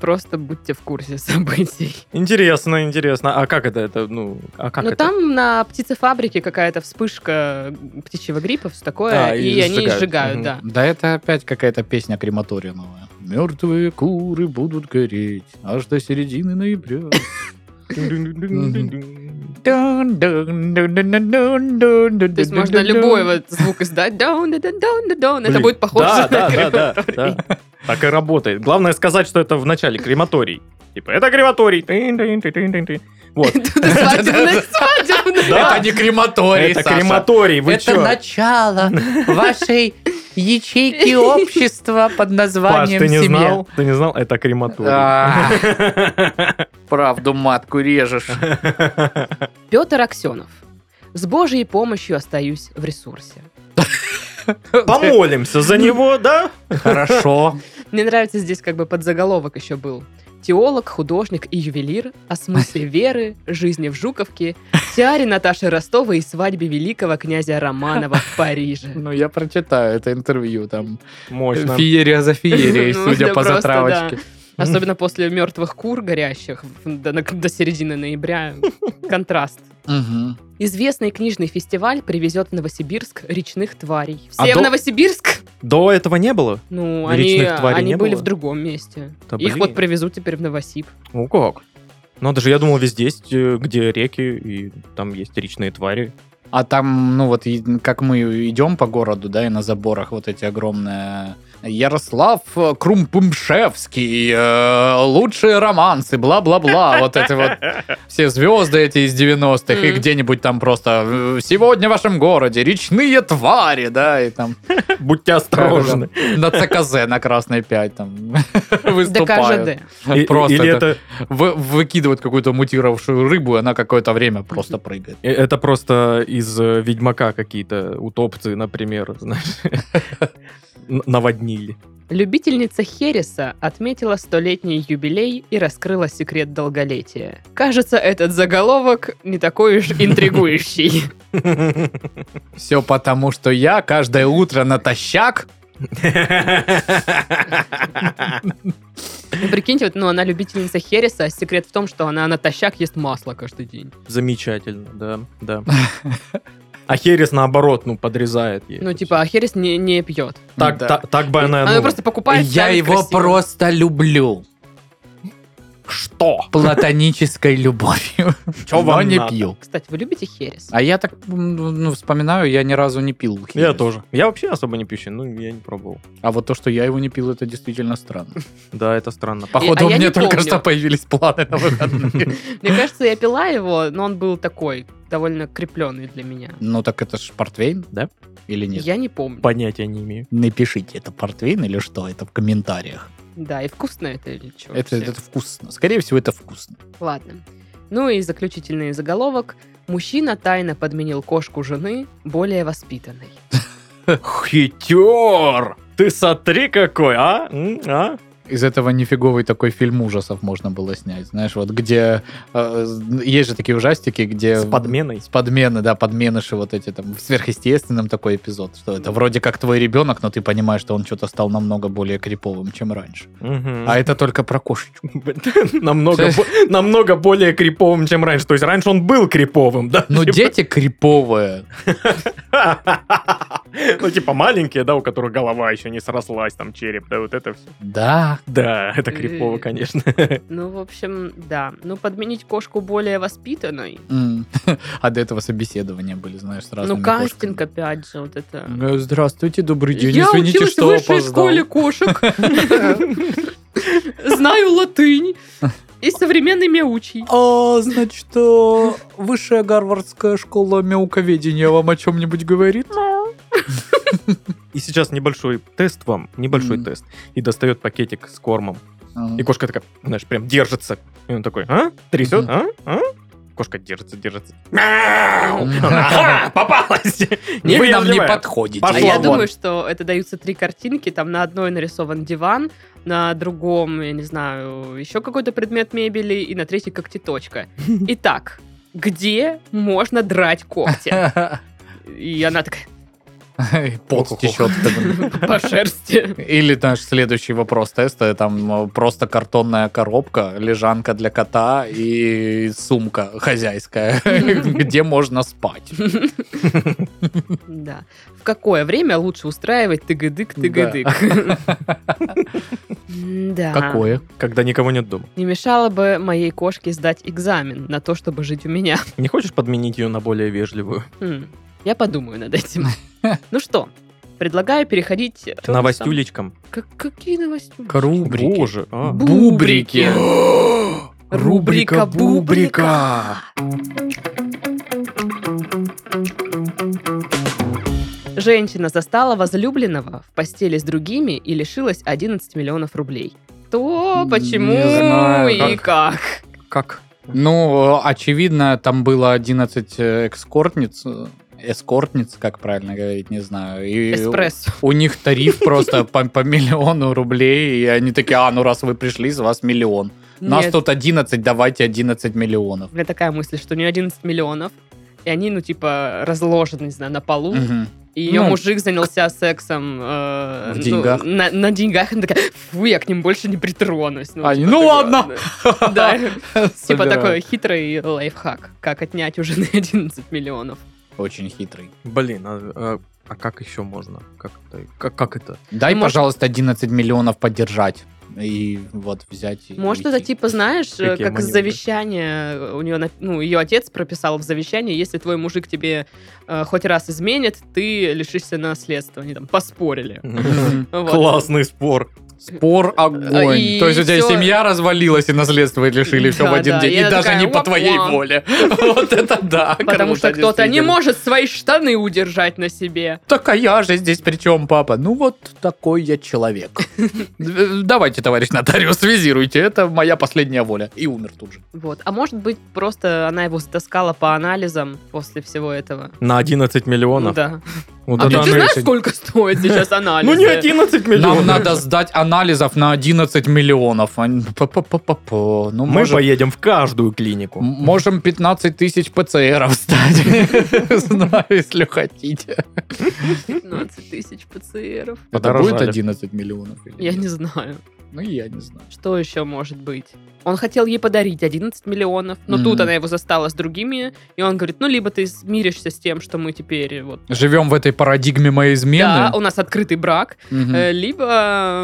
[SPEAKER 1] Просто будьте в курсе событий.
[SPEAKER 3] [LAUGHS] Интересно, интересно. А как это? Это, ну, а как
[SPEAKER 1] Но
[SPEAKER 3] это?
[SPEAKER 1] там на птицефабрике какая-то вспышка птичьего гриппа, все такое,
[SPEAKER 3] А,
[SPEAKER 1] и,
[SPEAKER 3] и
[SPEAKER 1] они
[SPEAKER 3] сжигают.
[SPEAKER 1] сжигают,
[SPEAKER 3] Мгм.
[SPEAKER 1] да.
[SPEAKER 2] [LAUGHS] Да это опять какая-то песня крематория новая. Мертвые куры будут гореть аж до середины ноября.
[SPEAKER 1] То
[SPEAKER 2] То
[SPEAKER 1] есть можно любой вот звук издать, даун, да, да, даун, да, даун, [LAUGHS] это
[SPEAKER 3] Блин,
[SPEAKER 1] будет похоже на
[SPEAKER 3] да, да, да, да,
[SPEAKER 1] крематорий.
[SPEAKER 3] да. Так и работает. Главное сказать, что это в начале крематорий. Типа, это крематорий. Тын-тын-тын-тын-тын.
[SPEAKER 1] [LAUGHS]
[SPEAKER 3] Вот. [LAUGHS]
[SPEAKER 1] Тут свадебная, свадебная.
[SPEAKER 3] Да.
[SPEAKER 2] Это не крематорий,
[SPEAKER 3] Это
[SPEAKER 2] Саша.
[SPEAKER 3] крематорий, вы
[SPEAKER 5] Это
[SPEAKER 3] чё? [LAUGHS]
[SPEAKER 5] начало вашей ячейки общества под
[SPEAKER 3] Паш,
[SPEAKER 5] названием
[SPEAKER 3] ты не
[SPEAKER 5] семья.
[SPEAKER 3] знал? Ты не знал? Это крематорий.
[SPEAKER 5] А,
[SPEAKER 2] [LAUGHS]
[SPEAKER 5] Правду матку режешь.
[SPEAKER 1] Петр Аксенов. С Божьей помощью остаюсь в ресурсе. [LAUGHS]
[SPEAKER 3] Помолимся за него, да?
[SPEAKER 2] [LAUGHS] Хорошо.
[SPEAKER 1] Мне нравится здесь как бы подзаголовок еще был. Теолог, художник и ювелир о
[SPEAKER 3] [LAUGHS]
[SPEAKER 1] смысле веры, жизни в Жуковке, тиаре Наташи Ростовой и свадьбе великого князя Романова в
[SPEAKER 3] [LAUGHS]
[SPEAKER 1] Париже.
[SPEAKER 2] Ну, я прочитаю это интервью там.
[SPEAKER 3] Мощно.
[SPEAKER 2] Феерия за
[SPEAKER 1] [LAUGHS]
[SPEAKER 2] феерией,
[SPEAKER 1] Ну,
[SPEAKER 2] судя
[SPEAKER 1] да
[SPEAKER 2] по
[SPEAKER 1] просто,
[SPEAKER 2] затравочке.
[SPEAKER 1] Особенно после мертвых кур, горящих в- до, на- до середины ноября. Контраст.
[SPEAKER 2] Мгм.
[SPEAKER 1] Известный книжный фестиваль привезет в Новосибирск речных тварей.
[SPEAKER 3] А
[SPEAKER 1] Все в
[SPEAKER 3] до-
[SPEAKER 1] Новосибирск!
[SPEAKER 3] До этого не было?
[SPEAKER 1] Ну, они,
[SPEAKER 3] Речных тварей
[SPEAKER 1] они
[SPEAKER 3] не
[SPEAKER 1] были
[SPEAKER 3] было?
[SPEAKER 1] в другом месте.
[SPEAKER 3] Да
[SPEAKER 1] Их
[SPEAKER 3] блин.
[SPEAKER 1] вот привезут теперь в Новосиб.
[SPEAKER 3] Ну как? Ну, даже я думал, везде есть, э, где реки, и там есть речные твари.
[SPEAKER 2] А там, ну вот, и- как мы идем по городу, да, и на заборах вот эти огромные... Ярослав э, Крумпумшевский, э, лучшие романсы, бла-бла-бла, вот эти вот все звезды эти из 90-х, и
[SPEAKER 1] Мгм.
[SPEAKER 2] где-нибудь там просто э, «Сегодня в вашем городе речные твари», да, и там
[SPEAKER 3] Будьте осторожны.
[SPEAKER 2] на ЦКЗ на Красной 5 там [LAUGHS] выступают.
[SPEAKER 1] ДКЖД.
[SPEAKER 3] И-
[SPEAKER 2] [LAUGHS] Просто
[SPEAKER 3] Или
[SPEAKER 2] это-
[SPEAKER 3] это
[SPEAKER 2] вы- выкидывают какую-то мутировавшую рыбу, и она какое-то время просто прыгает.
[SPEAKER 3] Э, Это просто из э, Ведьмака какие-то утопцы, например, [LAUGHS] знаешь, н- наводнили.
[SPEAKER 1] Любительница Хереса отметила столетний юбилей и раскрыла секрет долголетия. Кажется, этот заголовок не такой
[SPEAKER 3] [LAUGHS]
[SPEAKER 1] уж интригующий.
[SPEAKER 2] Все потому, что я каждое утро натощак
[SPEAKER 1] Ну, Прикиньте, вот, ну она любительница Хереса, а секрет в том, что она натощак ест масло каждый день.
[SPEAKER 3] Замечательно, да, да. А Херес, наоборот, ну, подрезает ей.
[SPEAKER 1] Ну, типа, а Херес не, не пьет.
[SPEAKER 3] Так,
[SPEAKER 2] Да.
[SPEAKER 3] та- так бы она...
[SPEAKER 1] Она
[SPEAKER 3] ну,
[SPEAKER 1] просто покупает.
[SPEAKER 5] Я
[SPEAKER 1] ставит
[SPEAKER 5] его
[SPEAKER 1] красиво.
[SPEAKER 5] просто люблю.
[SPEAKER 3] Что?
[SPEAKER 5] Платонической любовью.
[SPEAKER 3] Чё
[SPEAKER 2] но
[SPEAKER 3] вам
[SPEAKER 2] не
[SPEAKER 3] надо?
[SPEAKER 2] пью.
[SPEAKER 1] Кстати, вы любите Херес?
[SPEAKER 2] А я так м, ну, вспоминаю, я ни разу не пил.
[SPEAKER 3] Я
[SPEAKER 2] херес.
[SPEAKER 3] тоже. Я вообще особо не пью, щи, ну, я не пробовал.
[SPEAKER 2] А вот то, что я его не пил, это действительно странно.
[SPEAKER 3] Да, это странно.
[SPEAKER 2] Походу,
[SPEAKER 1] Э, а
[SPEAKER 2] у
[SPEAKER 1] я
[SPEAKER 2] меня
[SPEAKER 1] не
[SPEAKER 2] только
[SPEAKER 1] помню.
[SPEAKER 2] что появились планы на выходные.
[SPEAKER 1] Мне кажется, я пила его, но он был такой, довольно крепленный для меня.
[SPEAKER 2] Ну так это ж портвейн,
[SPEAKER 3] Да.
[SPEAKER 2] Или нет?
[SPEAKER 1] Я не помню.
[SPEAKER 3] Понятия не имею.
[SPEAKER 2] [LAUGHS] Напишите, это портвейн или что, это в комментариях.
[SPEAKER 1] Да, и вкусно это или что?
[SPEAKER 2] Это, это вкусно. Скорее всего, это вкусно.
[SPEAKER 1] Ладно. Ну и заключительный заголовок. Мужчина тайно подменил кошку жены более воспитанной.
[SPEAKER 3] Хитер! Ты смотри какой, а? М, а?
[SPEAKER 2] Из этого нифиговый такой фильм ужасов можно было снять. Знаешь, вот где... э, есть же такие ужастики, где...
[SPEAKER 3] С подменой.
[SPEAKER 2] С подмены, да, подменыши вот эти там. В сверхъестественном такой эпизод, что это вроде как твой ребенок, но ты понимаешь, что он что-то стал намного более криповым, чем раньше.
[SPEAKER 3] Мгм.
[SPEAKER 2] А это только про кошечку.
[SPEAKER 3] [LAUGHS] намного, бо- намного более криповым, чем раньше. То есть раньше он был криповым, да?
[SPEAKER 2] Но Ну,
[SPEAKER 3] [LAUGHS] Типа-
[SPEAKER 2] дети криповые.
[SPEAKER 3] [LAUGHS] Ну, типа маленькие, да, у которых голова еще не срослась, там череп, да, вот это все.
[SPEAKER 2] Да.
[SPEAKER 3] Да, это крипово,
[SPEAKER 1] Э.
[SPEAKER 3] конечно. [LAUGHS]
[SPEAKER 1] Ну, в общем, да. Ну, подменить кошку более воспитанной.
[SPEAKER 2] М. [LAUGHS] А до этого собеседования были, знаешь, с разными
[SPEAKER 1] ну, кастинг,
[SPEAKER 2] кошками.
[SPEAKER 1] опять же, вот это.
[SPEAKER 2] Э, Здравствуйте, добрый день.
[SPEAKER 1] Я
[SPEAKER 2] Извините,
[SPEAKER 1] училась в
[SPEAKER 2] что
[SPEAKER 1] высшей
[SPEAKER 2] опоздал.
[SPEAKER 1] школе
[SPEAKER 2] [LAUGHS]
[SPEAKER 1] кошек. [LAUGHS] Знаю латынь. И современный мяучий.
[SPEAKER 2] А, значит, э, высшая гарвардская школа мяуковедения вам о чем-нибудь говорит?
[SPEAKER 3] И сейчас небольшой тест вам, небольшой
[SPEAKER 2] Мгм.
[SPEAKER 3] тест. И достает пакетик с кормом. И кошка такая, знаешь, прям держится. И он такой, а? Трясет, а? А? Кошка держится, держится. Мяу! [LAUGHS] Ага, Попалась! [LAUGHS]
[SPEAKER 2] Вы нам не
[SPEAKER 3] Невежливая.
[SPEAKER 2] подходите.
[SPEAKER 1] А
[SPEAKER 3] Пошла
[SPEAKER 1] я
[SPEAKER 3] вон.
[SPEAKER 1] думаю,
[SPEAKER 2] [LAUGHS]
[SPEAKER 1] что это даются три картинки. Там на одной нарисован диван, на другом, я не знаю, еще какой-то предмет мебели, и на третьей когтеточка. [LAUGHS] Итак, где можно драть когти? И она такая, [LAUGHS]
[SPEAKER 2] Пот
[SPEAKER 3] Ох-ох-ох.
[SPEAKER 2] течет.
[SPEAKER 1] по шерсти.
[SPEAKER 2] Или наш следующий вопрос теста, там э, просто картонная коробка, лежанка для кота и сумка
[SPEAKER 1] [LAUGHS]
[SPEAKER 2] хозяйская, где можно спать.
[SPEAKER 1] Да. [LAUGHS] В какое время лучше устраивать тыгыдык-тыгыдык? [LAUGHS] Да.
[SPEAKER 2] Какое?
[SPEAKER 3] Когда никого нет дома.
[SPEAKER 1] Не мешало бы моей кошке сдать экзамен на то, чтобы жить у меня.
[SPEAKER 3] Не хочешь подменить ее на более вежливую?
[SPEAKER 1] М, Хм, Я подумаю над
[SPEAKER 2] [LAUGHS]
[SPEAKER 1] этим. Ну что, предлагаю переходить... э, Чё у нас
[SPEAKER 3] К
[SPEAKER 1] там?
[SPEAKER 3] Новостюлечкам.
[SPEAKER 1] Как- Какие новости?
[SPEAKER 2] Рубрики.
[SPEAKER 3] Боже, а.
[SPEAKER 1] Бубрики.
[SPEAKER 2] Бубрики.
[SPEAKER 1] [GASPS] Рубрика Бубрика. Женщина застала возлюбленного в постели с другими и лишилась 11 миллионов рублей. То,
[SPEAKER 2] Не
[SPEAKER 1] почему
[SPEAKER 2] знаю,
[SPEAKER 1] и как?
[SPEAKER 3] Как?
[SPEAKER 2] Ну, э, очевидно, там было 11 э, экскортниц, э, эскортниц, как правильно говорить, не знаю. И
[SPEAKER 1] Эспрессо.
[SPEAKER 2] У них
[SPEAKER 1] [LAUGHS]
[SPEAKER 2] тариф просто по, по миллиону рублей, и они такие, а, ну раз вы пришли, с вас миллион. Нас
[SPEAKER 1] Нет,
[SPEAKER 2] тут 11, давайте 11 миллионов.
[SPEAKER 1] у меня такая мысль, что у нее 11 миллионов, и они, ну, типа, разложены, не знаю, на полу,
[SPEAKER 2] Мгм.
[SPEAKER 1] и ее
[SPEAKER 2] Ну,
[SPEAKER 1] мужик занялся сексом... э,
[SPEAKER 2] в
[SPEAKER 1] ну,
[SPEAKER 2] деньгах.
[SPEAKER 1] на, на деньгах, она такая, фу, я к ним больше не притронусь. Ну,
[SPEAKER 2] Они,
[SPEAKER 1] типа
[SPEAKER 2] «Ну
[SPEAKER 1] такое,
[SPEAKER 2] ладно».
[SPEAKER 1] да.
[SPEAKER 3] [LAUGHS]
[SPEAKER 1] Да, типа
[SPEAKER 2] Собираю.
[SPEAKER 1] такой хитрый лайфхак, как отнять у [LAUGHS] жены 11 миллионов.
[SPEAKER 2] Очень хитрый.
[SPEAKER 3] Блин, а, а- а как еще можно? Как это? Как, как это?
[SPEAKER 2] Дай,
[SPEAKER 1] Ну, может-
[SPEAKER 2] пожалуйста, 11 миллионов поддержать. И вот взять. и
[SPEAKER 1] Может,
[SPEAKER 2] уйти.
[SPEAKER 1] это типа, знаешь, э,
[SPEAKER 3] Какие
[SPEAKER 1] как
[SPEAKER 3] маневры?
[SPEAKER 1] завещание у нее, на- ну, ее отец прописал в завещании, если твой мужик тебе э, хоть раз изменит, ты лишишься наследства. Они там поспорили.
[SPEAKER 2] Мгм.
[SPEAKER 1] Вот.
[SPEAKER 3] Классный спор.
[SPEAKER 2] Спор
[SPEAKER 1] А,
[SPEAKER 2] огонь.
[SPEAKER 1] и
[SPEAKER 2] То есть у тебя
[SPEAKER 1] всё.
[SPEAKER 2] семья развалилась, и наследство и лишили все в
[SPEAKER 1] Да,
[SPEAKER 2] один
[SPEAKER 1] да.
[SPEAKER 2] день. И
[SPEAKER 1] Я
[SPEAKER 2] даже
[SPEAKER 1] такая,
[SPEAKER 2] не по твоей
[SPEAKER 1] «Уап-уап».
[SPEAKER 2] воле. [LAUGHS] Вот это да.
[SPEAKER 1] Потому
[SPEAKER 2] Карлуша,
[SPEAKER 1] что кто-то не
[SPEAKER 2] действительно.
[SPEAKER 1] может свои штаны удержать на себе.
[SPEAKER 2] Так а я же здесь при чем, папа? Ну вот такой
[SPEAKER 1] [LAUGHS]
[SPEAKER 2] я человек. Э, Давайте, товарищ нотариус, визируйте. Это моя последняя воля. И умер тут же.
[SPEAKER 1] Вот. А может быть, просто она его затаскала по анализам после всего этого.
[SPEAKER 3] На 11
[SPEAKER 1] Ну
[SPEAKER 3] миллионов.
[SPEAKER 1] да.
[SPEAKER 3] Вот
[SPEAKER 2] А
[SPEAKER 1] А
[SPEAKER 3] это
[SPEAKER 1] ты
[SPEAKER 3] оно
[SPEAKER 1] же
[SPEAKER 3] и
[SPEAKER 1] знаешь,
[SPEAKER 3] сегодня.
[SPEAKER 1] сколько стоит сейчас анализы?
[SPEAKER 3] [LAUGHS] Ну не 11 миллионов.
[SPEAKER 2] Нам надо сдать анализов на 11 миллионов. А, па-па-па-па-па. Ну,
[SPEAKER 3] Мы
[SPEAKER 2] может,
[SPEAKER 3] поедем в каждую клинику.
[SPEAKER 2] М- Можем 15 тысяч ПЦРов стать. [LAUGHS] Знаю, если хотите.
[SPEAKER 1] 15 тысяч ПЦРов.
[SPEAKER 2] Это
[SPEAKER 3] Подорожали.
[SPEAKER 2] будет 11 миллионов? или
[SPEAKER 1] Я
[SPEAKER 2] нет?
[SPEAKER 1] не знаю.
[SPEAKER 2] Ну, я не знаю.
[SPEAKER 1] Что еще может быть? Он хотел ей подарить 11 миллионов, но тут
[SPEAKER 2] Мгм.
[SPEAKER 1] она его застала с другими, и он говорит, ну, либо ты смиришься с тем, что мы теперь вот...
[SPEAKER 2] Живем в этой парадигме моей измены.
[SPEAKER 1] Да, у нас открытый брак,
[SPEAKER 2] Мгм.
[SPEAKER 1] э, либо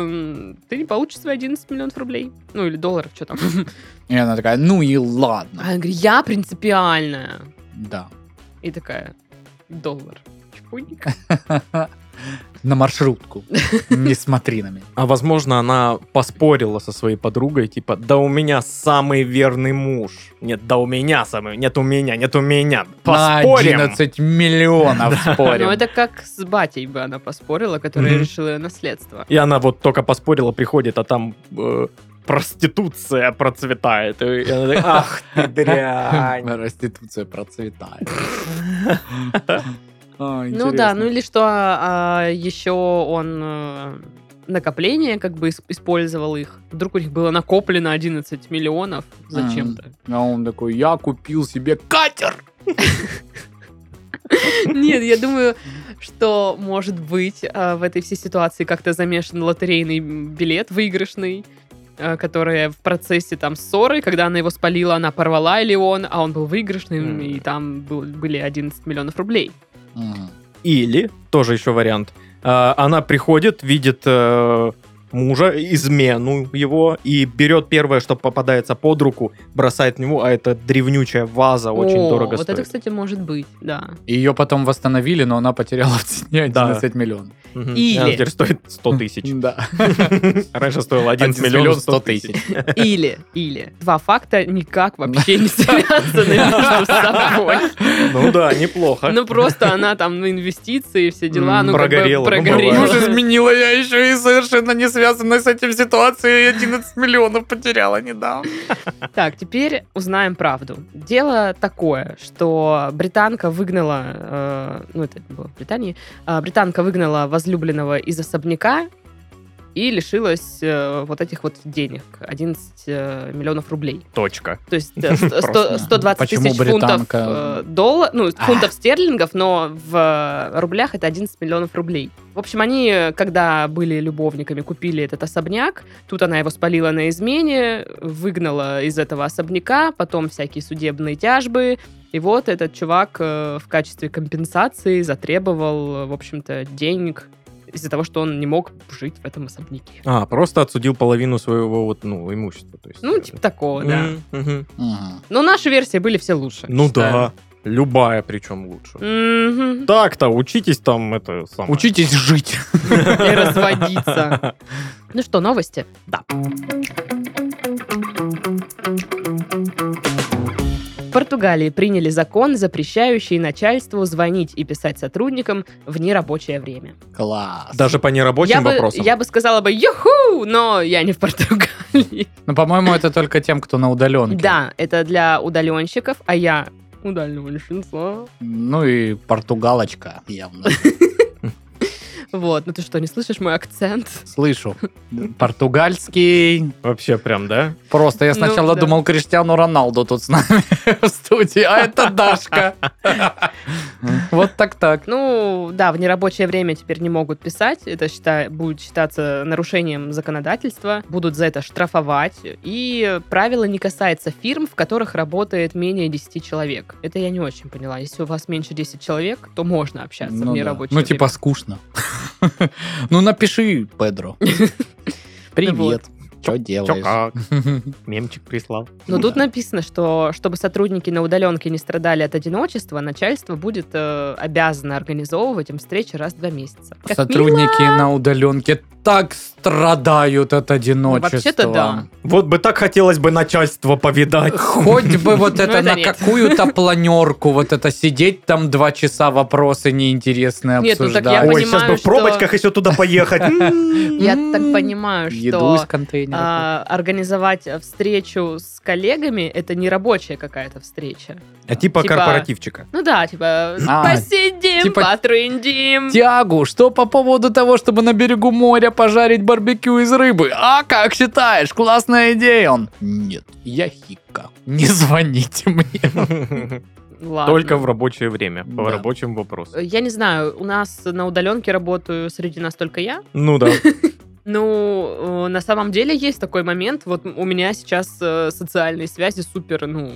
[SPEAKER 1] м, ты не получишь свои 11 миллионов рублей. Ну, или долларов, что там.
[SPEAKER 2] И она такая, ну и
[SPEAKER 1] А
[SPEAKER 2] ладно.
[SPEAKER 1] она говорит, я принципиальная.
[SPEAKER 2] Да.
[SPEAKER 1] И такая, доллар. Чпунь.
[SPEAKER 2] На [LAUGHS] маршрутку. Не смотри на меня.
[SPEAKER 3] А возможно, она поспорила со своей подругой, типа, да у меня самый верный муж. Нет, да у меня самый, нет у меня, нет у меня.
[SPEAKER 2] На
[SPEAKER 3] Поспорим.
[SPEAKER 2] 11 [LAUGHS] миллионов
[SPEAKER 1] Ну,
[SPEAKER 2] спорим.
[SPEAKER 1] это как с батей бы она поспорила, который
[SPEAKER 3] Мгм.
[SPEAKER 1] решил ее наследство.
[SPEAKER 3] И она вот только поспорила, приходит, а там э, проституция процветает. И она такая, Ах [LAUGHS] ты дрянь.
[SPEAKER 2] Проституция
[SPEAKER 1] [LAUGHS]
[SPEAKER 2] процветает.
[SPEAKER 1] Ну да, ну или что а, а, еще он э, накопление как бы ис- использовал их. Вдруг у них было накоплено 11 миллионов зачем-то. [LAUGHS]
[SPEAKER 2] А он такой, я купил себе катер.
[SPEAKER 1] Нет, я думаю, что может быть а, в этой всей ситуации как-то замешан лотерейный билет выигрышный а, которая в процессе там ссоры, когда она его спалила, она порвала или он, а он был выигрышным,
[SPEAKER 3] М.
[SPEAKER 1] и там был- были 11 миллионов рублей.
[SPEAKER 2] Мгм.
[SPEAKER 3] Или, тоже еще вариант, э, она приходит, видит э, мужа, измену его, и берет первое, что попадается под руку, бросает в него, а это древнючая ваза, А очень
[SPEAKER 1] О,
[SPEAKER 3] дорого
[SPEAKER 1] вот это,
[SPEAKER 3] стоит.
[SPEAKER 1] кстати, может быть, да.
[SPEAKER 2] Ее потом восстановили, но она потеряла в цене
[SPEAKER 3] Да.
[SPEAKER 2] 11 миллионов.
[SPEAKER 3] Мгм.
[SPEAKER 1] Или- Хм.
[SPEAKER 3] Она теперь стоит 100 тысяч.
[SPEAKER 2] [LAUGHS]
[SPEAKER 3] [LAUGHS]
[SPEAKER 2] Да.
[SPEAKER 3] Раньше стоило 11
[SPEAKER 2] 1
[SPEAKER 3] миллион 100 тысяч.
[SPEAKER 1] Или, или. Два факта никак вообще не связаны между собой.
[SPEAKER 3] Ну да, неплохо.
[SPEAKER 1] Ну, просто она там, ну, инвестиции, все дела.
[SPEAKER 2] М,
[SPEAKER 1] Ну, как бы
[SPEAKER 3] прогорела, ну,
[SPEAKER 1] прогорела.
[SPEAKER 3] бывает.
[SPEAKER 2] Муж изменила, я еще и совершенно не связанной с этим ситуацией 11 миллионов потеряла недавно.
[SPEAKER 1] Так, теперь узнаем правду. Дело такое, что британка выгнала, э, ну это было в Британии, а, британка выгнала возлюбленного из особняка и лишилась э, вот этих вот денег, 11 э, миллионов рублей.
[SPEAKER 3] Точка.
[SPEAKER 1] То есть э, сто- сто-
[SPEAKER 2] Просто.
[SPEAKER 1] 120
[SPEAKER 2] Почему
[SPEAKER 1] тысяч фунтов
[SPEAKER 2] британка?
[SPEAKER 1] долларов, ну, фунтов стерлингов, но в э, рублях это 11 миллионов рублей. В общем, они, э, когда были любовниками, купили этот особняк. Тут она его спалила на измене, выгнала из этого особняка, потом всякие судебные тяжбы. И вот этот чувак э, в качестве компенсации затребовал, э, в общем-то, денег из-за того, что он не мог жить в этом особняке.
[SPEAKER 3] А, просто отсудил половину своего вот, ну, имущества. То есть,
[SPEAKER 1] Ну,
[SPEAKER 3] э,
[SPEAKER 1] типа такого, да.
[SPEAKER 3] М, мгм.
[SPEAKER 1] Но наши версии были все лучше.
[SPEAKER 3] Ну
[SPEAKER 1] считаю.
[SPEAKER 3] да, любая причем лучше.
[SPEAKER 1] Мгм.
[SPEAKER 3] Так-то, учитесь там это самое.
[SPEAKER 2] Учитесь жить.
[SPEAKER 1] и разводиться. Ну что, новости? Да. Португалии приняли закон, запрещающий начальству звонить и писать сотрудникам в нерабочее время.
[SPEAKER 3] [LAUGHS]
[SPEAKER 5] Класс.
[SPEAKER 3] Даже по нерабочим
[SPEAKER 1] я, бы,
[SPEAKER 3] вопросам.
[SPEAKER 1] я бы сказала бы «Юху!», но я не в Португалии.
[SPEAKER 2] Ну, по-моему, это только тем, кто на удаленке.
[SPEAKER 1] Да, это для удаленщиков, а я удаленщица.
[SPEAKER 2] Ну и португалочка явно.
[SPEAKER 1] Вот, ну ты что, не слышишь мой акцент?
[SPEAKER 2] Слышу. Португальский.
[SPEAKER 3] Вообще прям, да?
[SPEAKER 2] Просто я
[SPEAKER 1] Ну,
[SPEAKER 2] сначала
[SPEAKER 1] да.
[SPEAKER 2] думал Криштиану Роналду тут с нами [LAUGHS] в студии, а
[SPEAKER 1] [LAUGHS]
[SPEAKER 2] это Дашка. Вот так-так.
[SPEAKER 1] Ну, да, в нерабочее время теперь не могут писать. Это считай, будет считаться нарушением законодательства. Будут за это штрафовать. И правило не касается фирм, в которых работает менее 10 человек. Это я не очень поняла. Если у вас меньше 10 человек, то можно общаться в
[SPEAKER 2] Ну да.
[SPEAKER 1] нерабочее
[SPEAKER 2] Ну,
[SPEAKER 1] время.
[SPEAKER 2] типа, скучно. [LAUGHS] Ну, напиши,
[SPEAKER 1] [LAUGHS]
[SPEAKER 2] Педро. Привет. Что
[SPEAKER 3] Чё
[SPEAKER 2] делаешь? [LAUGHS]
[SPEAKER 3] как? Мемчик прислал.
[SPEAKER 2] ну
[SPEAKER 1] Но тут написано, что чтобы сотрудники на удаленке не страдали от одиночества, начальство будет э, обязано организовывать им встречи раз в два месяца. Как
[SPEAKER 2] Сотрудники на удаленке так страдают от
[SPEAKER 1] мило. Ну,
[SPEAKER 2] одиночества.
[SPEAKER 1] Вообще-то да.
[SPEAKER 3] Вот бы так хотелось бы начальство повидать.
[SPEAKER 2] Хоть бы
[SPEAKER 1] [LAUGHS]
[SPEAKER 2] вот
[SPEAKER 1] Ну,
[SPEAKER 2] это
[SPEAKER 1] это
[SPEAKER 2] на
[SPEAKER 1] нет.
[SPEAKER 2] какую-то планерку, вот это сидеть там два часа, вопросы неинтересные
[SPEAKER 1] Нет, ну, так
[SPEAKER 2] обсуждать.
[SPEAKER 1] я
[SPEAKER 3] Ой,
[SPEAKER 1] понимаю,
[SPEAKER 3] сейчас бы в
[SPEAKER 1] что-
[SPEAKER 3] пробочках еще туда
[SPEAKER 1] [LAUGHS]
[SPEAKER 3] поехать. М.
[SPEAKER 1] Я
[SPEAKER 2] М,
[SPEAKER 1] так понимаю,
[SPEAKER 2] М-м. Еду из
[SPEAKER 1] что
[SPEAKER 2] контейнера.
[SPEAKER 1] а, организовать э, встречу с коллегами это не рабочая какая-то встреча.
[SPEAKER 3] А типа
[SPEAKER 1] Типа-
[SPEAKER 3] корпоративчика.
[SPEAKER 1] Ну да, типа
[SPEAKER 2] А,
[SPEAKER 1] посидим,
[SPEAKER 2] типа-
[SPEAKER 1] потрындим.
[SPEAKER 2] Тиагу, что по поводу того, чтобы на берегу моря пожарить барбекю из рыбы? А, как считаешь, классная идея? Он, нет, я хика. Не звоните мне.
[SPEAKER 1] Ладно.
[SPEAKER 3] [LAUGHS] Только в рабочее время, по
[SPEAKER 2] Да.
[SPEAKER 3] рабочим вопросам.
[SPEAKER 1] Я не знаю, у нас на удаленке работаю среди нас только я.
[SPEAKER 3] Ну да.
[SPEAKER 1] Ну, э, на самом деле есть такой момент. Вот у меня сейчас э, социальные связи супер, ну,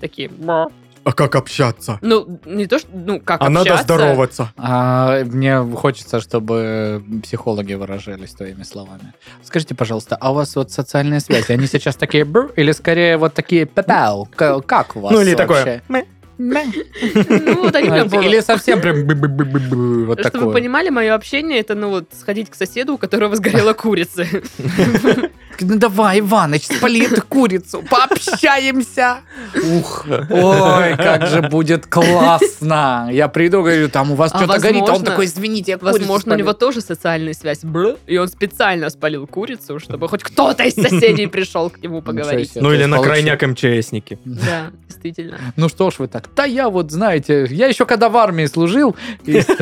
[SPEAKER 1] такие. бра.
[SPEAKER 3] А как общаться?
[SPEAKER 1] Ну, не то, что, ну, как
[SPEAKER 3] А надо
[SPEAKER 1] общаться.
[SPEAKER 3] здороваться.
[SPEAKER 2] А, мне хочется, чтобы психологи выражались твоими словами. Скажите, пожалуйста, а у вас вот социальные связи, они сейчас такие бр, или скорее вот такие пяу Как у вас
[SPEAKER 3] Ну или
[SPEAKER 2] вообще?
[SPEAKER 3] такое. «Мэ».
[SPEAKER 2] Мэ.
[SPEAKER 1] [LAUGHS] Ну, вот они прям бра.
[SPEAKER 2] Или совсем прям бы-бы-бы-бы-бы, вот
[SPEAKER 1] Чтобы вы
[SPEAKER 2] такое.
[SPEAKER 1] понимали, мое общение это, ну, вот, сходить к соседу, у которого сгорела курица.
[SPEAKER 2] Ну давай, Иваныч, спали эту курицу, пообщаемся. Ух, ой, как же будет классно. Я приду, говорю, там у вас
[SPEAKER 1] А
[SPEAKER 2] что-то горит, а он
[SPEAKER 1] возможно-
[SPEAKER 2] такой, извините, я курицу Ну,
[SPEAKER 1] Возможно, у
[SPEAKER 2] спалил».
[SPEAKER 1] него тоже социальная связь. бра, И он специально спалил курицу, чтобы хоть кто-то из
[SPEAKER 2] [LAUGHS]
[SPEAKER 1] соседей пришел к нему поговорить.
[SPEAKER 2] себе.
[SPEAKER 3] Ну
[SPEAKER 2] то
[SPEAKER 3] или
[SPEAKER 2] есть
[SPEAKER 3] на
[SPEAKER 2] получи-
[SPEAKER 1] [LAUGHS]
[SPEAKER 3] крайняк МЧСники.
[SPEAKER 1] Да, действительно.
[SPEAKER 2] Ну что ж вы так? Да я вот, знаете, я еще когда в армии служил. и- [LAUGHS]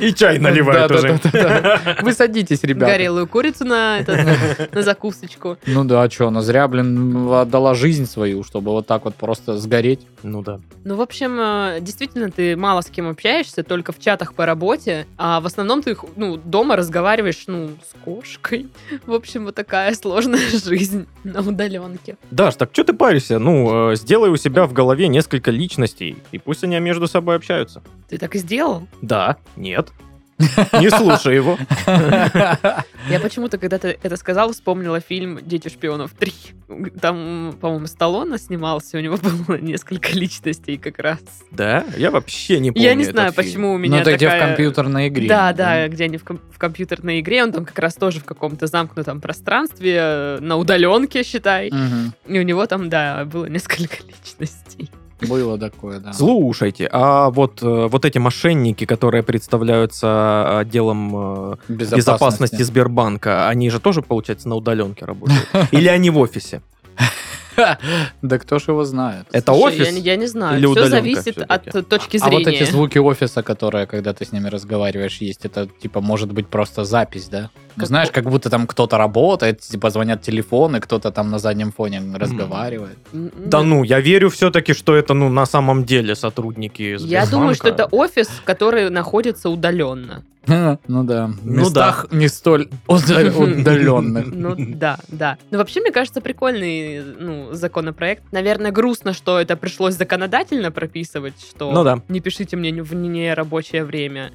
[SPEAKER 3] И чай наливают уже.
[SPEAKER 2] Да-да-да-да-да. Вы садитесь, ребята.
[SPEAKER 1] Горелую курицу на
[SPEAKER 2] [LAUGHS]
[SPEAKER 1] этот, на закусочку.
[SPEAKER 2] Ну да, что, она зря, блин, отдала жизнь свою, чтобы вот так вот
[SPEAKER 1] [LAUGHS]
[SPEAKER 2] просто сгореть.
[SPEAKER 3] [LAUGHS] Ну да.
[SPEAKER 1] Ну, в общем, э, действительно, ты мало с кем общаешься, только в чатах по работе, а в основном ты, ну, дома разговариваешь, ну, с кошкой. [LAUGHS] В общем, вот такая сложная [LAUGHS] жизнь на удаленке.
[SPEAKER 3] Даш, так что ты паришься? Ну, э, сделай у себя в голове несколько личностей, и пусть они между собой общаются.
[SPEAKER 1] Ты так и сделал?
[SPEAKER 3] Да, нет. Не
[SPEAKER 1] [LAUGHS]
[SPEAKER 3] слушай его.
[SPEAKER 1] Я почему-то, когда ты это сказал, вспомнила фильм «Дети шпионов 3». Там, по-моему, Сталлоне снимался, у него было несколько личностей как раз.
[SPEAKER 3] Да? Я вообще не помню
[SPEAKER 1] Я не
[SPEAKER 3] этот
[SPEAKER 1] знаю,
[SPEAKER 3] фильм.
[SPEAKER 1] почему у меня
[SPEAKER 2] Ну, это где в
[SPEAKER 1] такая-
[SPEAKER 2] компьютерной игре.
[SPEAKER 1] Да, да, где они в, ком- в компьютерной игре, он там как раз тоже в каком-то замкнутом пространстве, э, на удаленке, считай.
[SPEAKER 2] Мгм.
[SPEAKER 1] И у него там, да, было несколько [LAUGHS] личностей.
[SPEAKER 2] Было такое, да.
[SPEAKER 3] Слушайте, а вот, э, вот эти мошенники, которые представляются отделом э, безопасности Сбербанка, они же тоже, получается, на
[SPEAKER 1] [LAUGHS]
[SPEAKER 3] удаленке работают? Или они в офисе?
[SPEAKER 2] Да кто ж его знает.
[SPEAKER 3] Это
[SPEAKER 1] Слушай,
[SPEAKER 3] офис?
[SPEAKER 1] Я, не- я не знаю.
[SPEAKER 3] или
[SPEAKER 1] Все
[SPEAKER 3] удалёнка
[SPEAKER 1] зависит от
[SPEAKER 3] всё-таки?
[SPEAKER 1] э, точки
[SPEAKER 2] А
[SPEAKER 1] зрения.
[SPEAKER 2] вот эти звуки офиса, которые, когда ты с ними разговариваешь, есть, это, типа, может быть просто запись, да? Ну,
[SPEAKER 1] Как-
[SPEAKER 2] Знаешь, как будто там кто-то работает, типа, звонят телефоны, кто-то там на заднем фоне разговаривает.
[SPEAKER 1] М, м,
[SPEAKER 3] Да ну, я верю все-таки, что это ну на самом деле сотрудники Сбербанка.
[SPEAKER 1] Я думаю, что это офис, который находится удаленно.
[SPEAKER 2] Ха, Ну да, в
[SPEAKER 3] [LAUGHS] Ну
[SPEAKER 2] местах не
[SPEAKER 3] [LAUGHS]
[SPEAKER 2] столь удаленных.
[SPEAKER 1] Ну да, да. Ну вообще, мне кажется, прикольный ну, законопроект. Наверное, грустно, что это пришлось законодательно прописывать, что
[SPEAKER 3] Ну да.
[SPEAKER 1] не пишите мне в нерабочее время.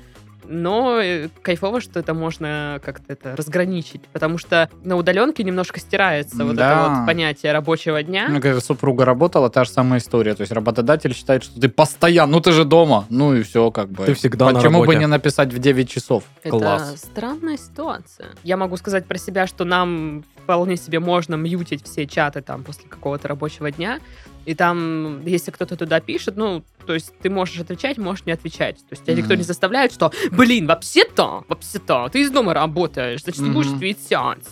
[SPEAKER 1] Но э, кайфово, что это можно как-то это разграничить, потому что на удаленке немножко стирается вот это
[SPEAKER 2] Да.
[SPEAKER 1] вот понятие рабочего дня.
[SPEAKER 2] Ну, когда супруга работала, та же самая история. То есть работодатель считает, что ты постоянно, ну ты же дома, ну и все как бы.
[SPEAKER 3] Ты всегда на
[SPEAKER 2] Почему бы
[SPEAKER 3] работе.
[SPEAKER 2] не написать в 9 часов?
[SPEAKER 1] Это
[SPEAKER 3] Класс.
[SPEAKER 1] странная ситуация. Я могу сказать про себя, что нам вполне себе можно мьютить все чаты там после какого-то рабочего дня, И там, если кто-то туда пишет, ну, то есть ты можешь отвечать, можешь не отвечать. То есть тебя никто
[SPEAKER 5] Мгм.
[SPEAKER 1] не заставляет, что, блин, вообще-то, вообще-то, ты из дома работаешь, значит, ты
[SPEAKER 5] Мгм.
[SPEAKER 1] будешь отвечать.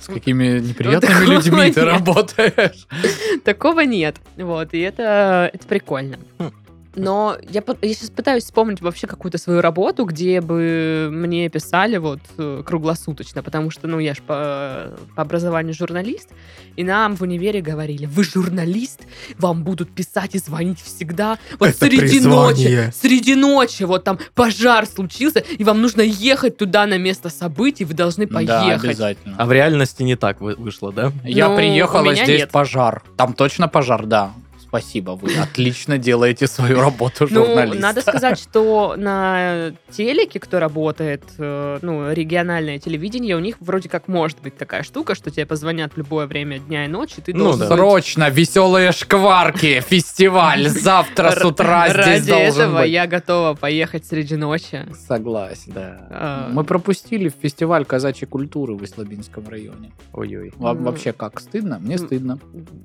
[SPEAKER 2] С какими неприятными
[SPEAKER 1] такого
[SPEAKER 2] людьми ты
[SPEAKER 1] нет.
[SPEAKER 2] работаешь.
[SPEAKER 1] [LAUGHS] Такого нет. Вот, и это, это прикольно.
[SPEAKER 3] Хм.
[SPEAKER 1] Но я, по- я сейчас пытаюсь вспомнить вообще какую-то свою работу, где бы мне писали вот э, круглосуточно, потому что, ну, я же по, по образованию журналист, и нам в универе говорили, вы журналист, вам будут писать и звонить всегда, вот
[SPEAKER 3] Это
[SPEAKER 1] среди
[SPEAKER 3] призвание.
[SPEAKER 1] ночи, среди ночи, вот там пожар случился, и вам нужно ехать туда на место событий, вы должны
[SPEAKER 2] Да,
[SPEAKER 1] поехать.
[SPEAKER 2] обязательно.
[SPEAKER 3] А в реальности не так вы- вышло, да?
[SPEAKER 2] Я
[SPEAKER 1] Ну,
[SPEAKER 2] приехал,
[SPEAKER 1] у
[SPEAKER 2] а
[SPEAKER 1] меня
[SPEAKER 2] здесь
[SPEAKER 1] нет.
[SPEAKER 2] пожар. Там точно пожар, да. Спасибо, вы
[SPEAKER 1] [LAUGHS]
[SPEAKER 2] отлично делаете свою работу
[SPEAKER 1] Ну,
[SPEAKER 2] журналиста.
[SPEAKER 1] надо сказать, что на телеке, кто работает, э, ну, региональное телевидение, у них вроде как может быть такая штука, что тебе позвонят в любое время дня и ночи, ты
[SPEAKER 3] Ну
[SPEAKER 1] должен
[SPEAKER 3] да.
[SPEAKER 1] быть-
[SPEAKER 2] Срочно, веселые шкварки, фестиваль завтра с утра
[SPEAKER 1] Р-
[SPEAKER 2] здесь
[SPEAKER 1] Ради
[SPEAKER 2] должен
[SPEAKER 1] этого
[SPEAKER 2] быть.
[SPEAKER 1] я готова поехать среди ночи.
[SPEAKER 2] Согласен, да.
[SPEAKER 1] А.
[SPEAKER 2] Мы пропустили фестиваль казачьей культуры в Ислабинском районе.
[SPEAKER 3] Ой-ой.
[SPEAKER 2] Во-
[SPEAKER 1] Ну.
[SPEAKER 2] Вообще как, стыдно? Мне
[SPEAKER 1] М.
[SPEAKER 2] стыдно.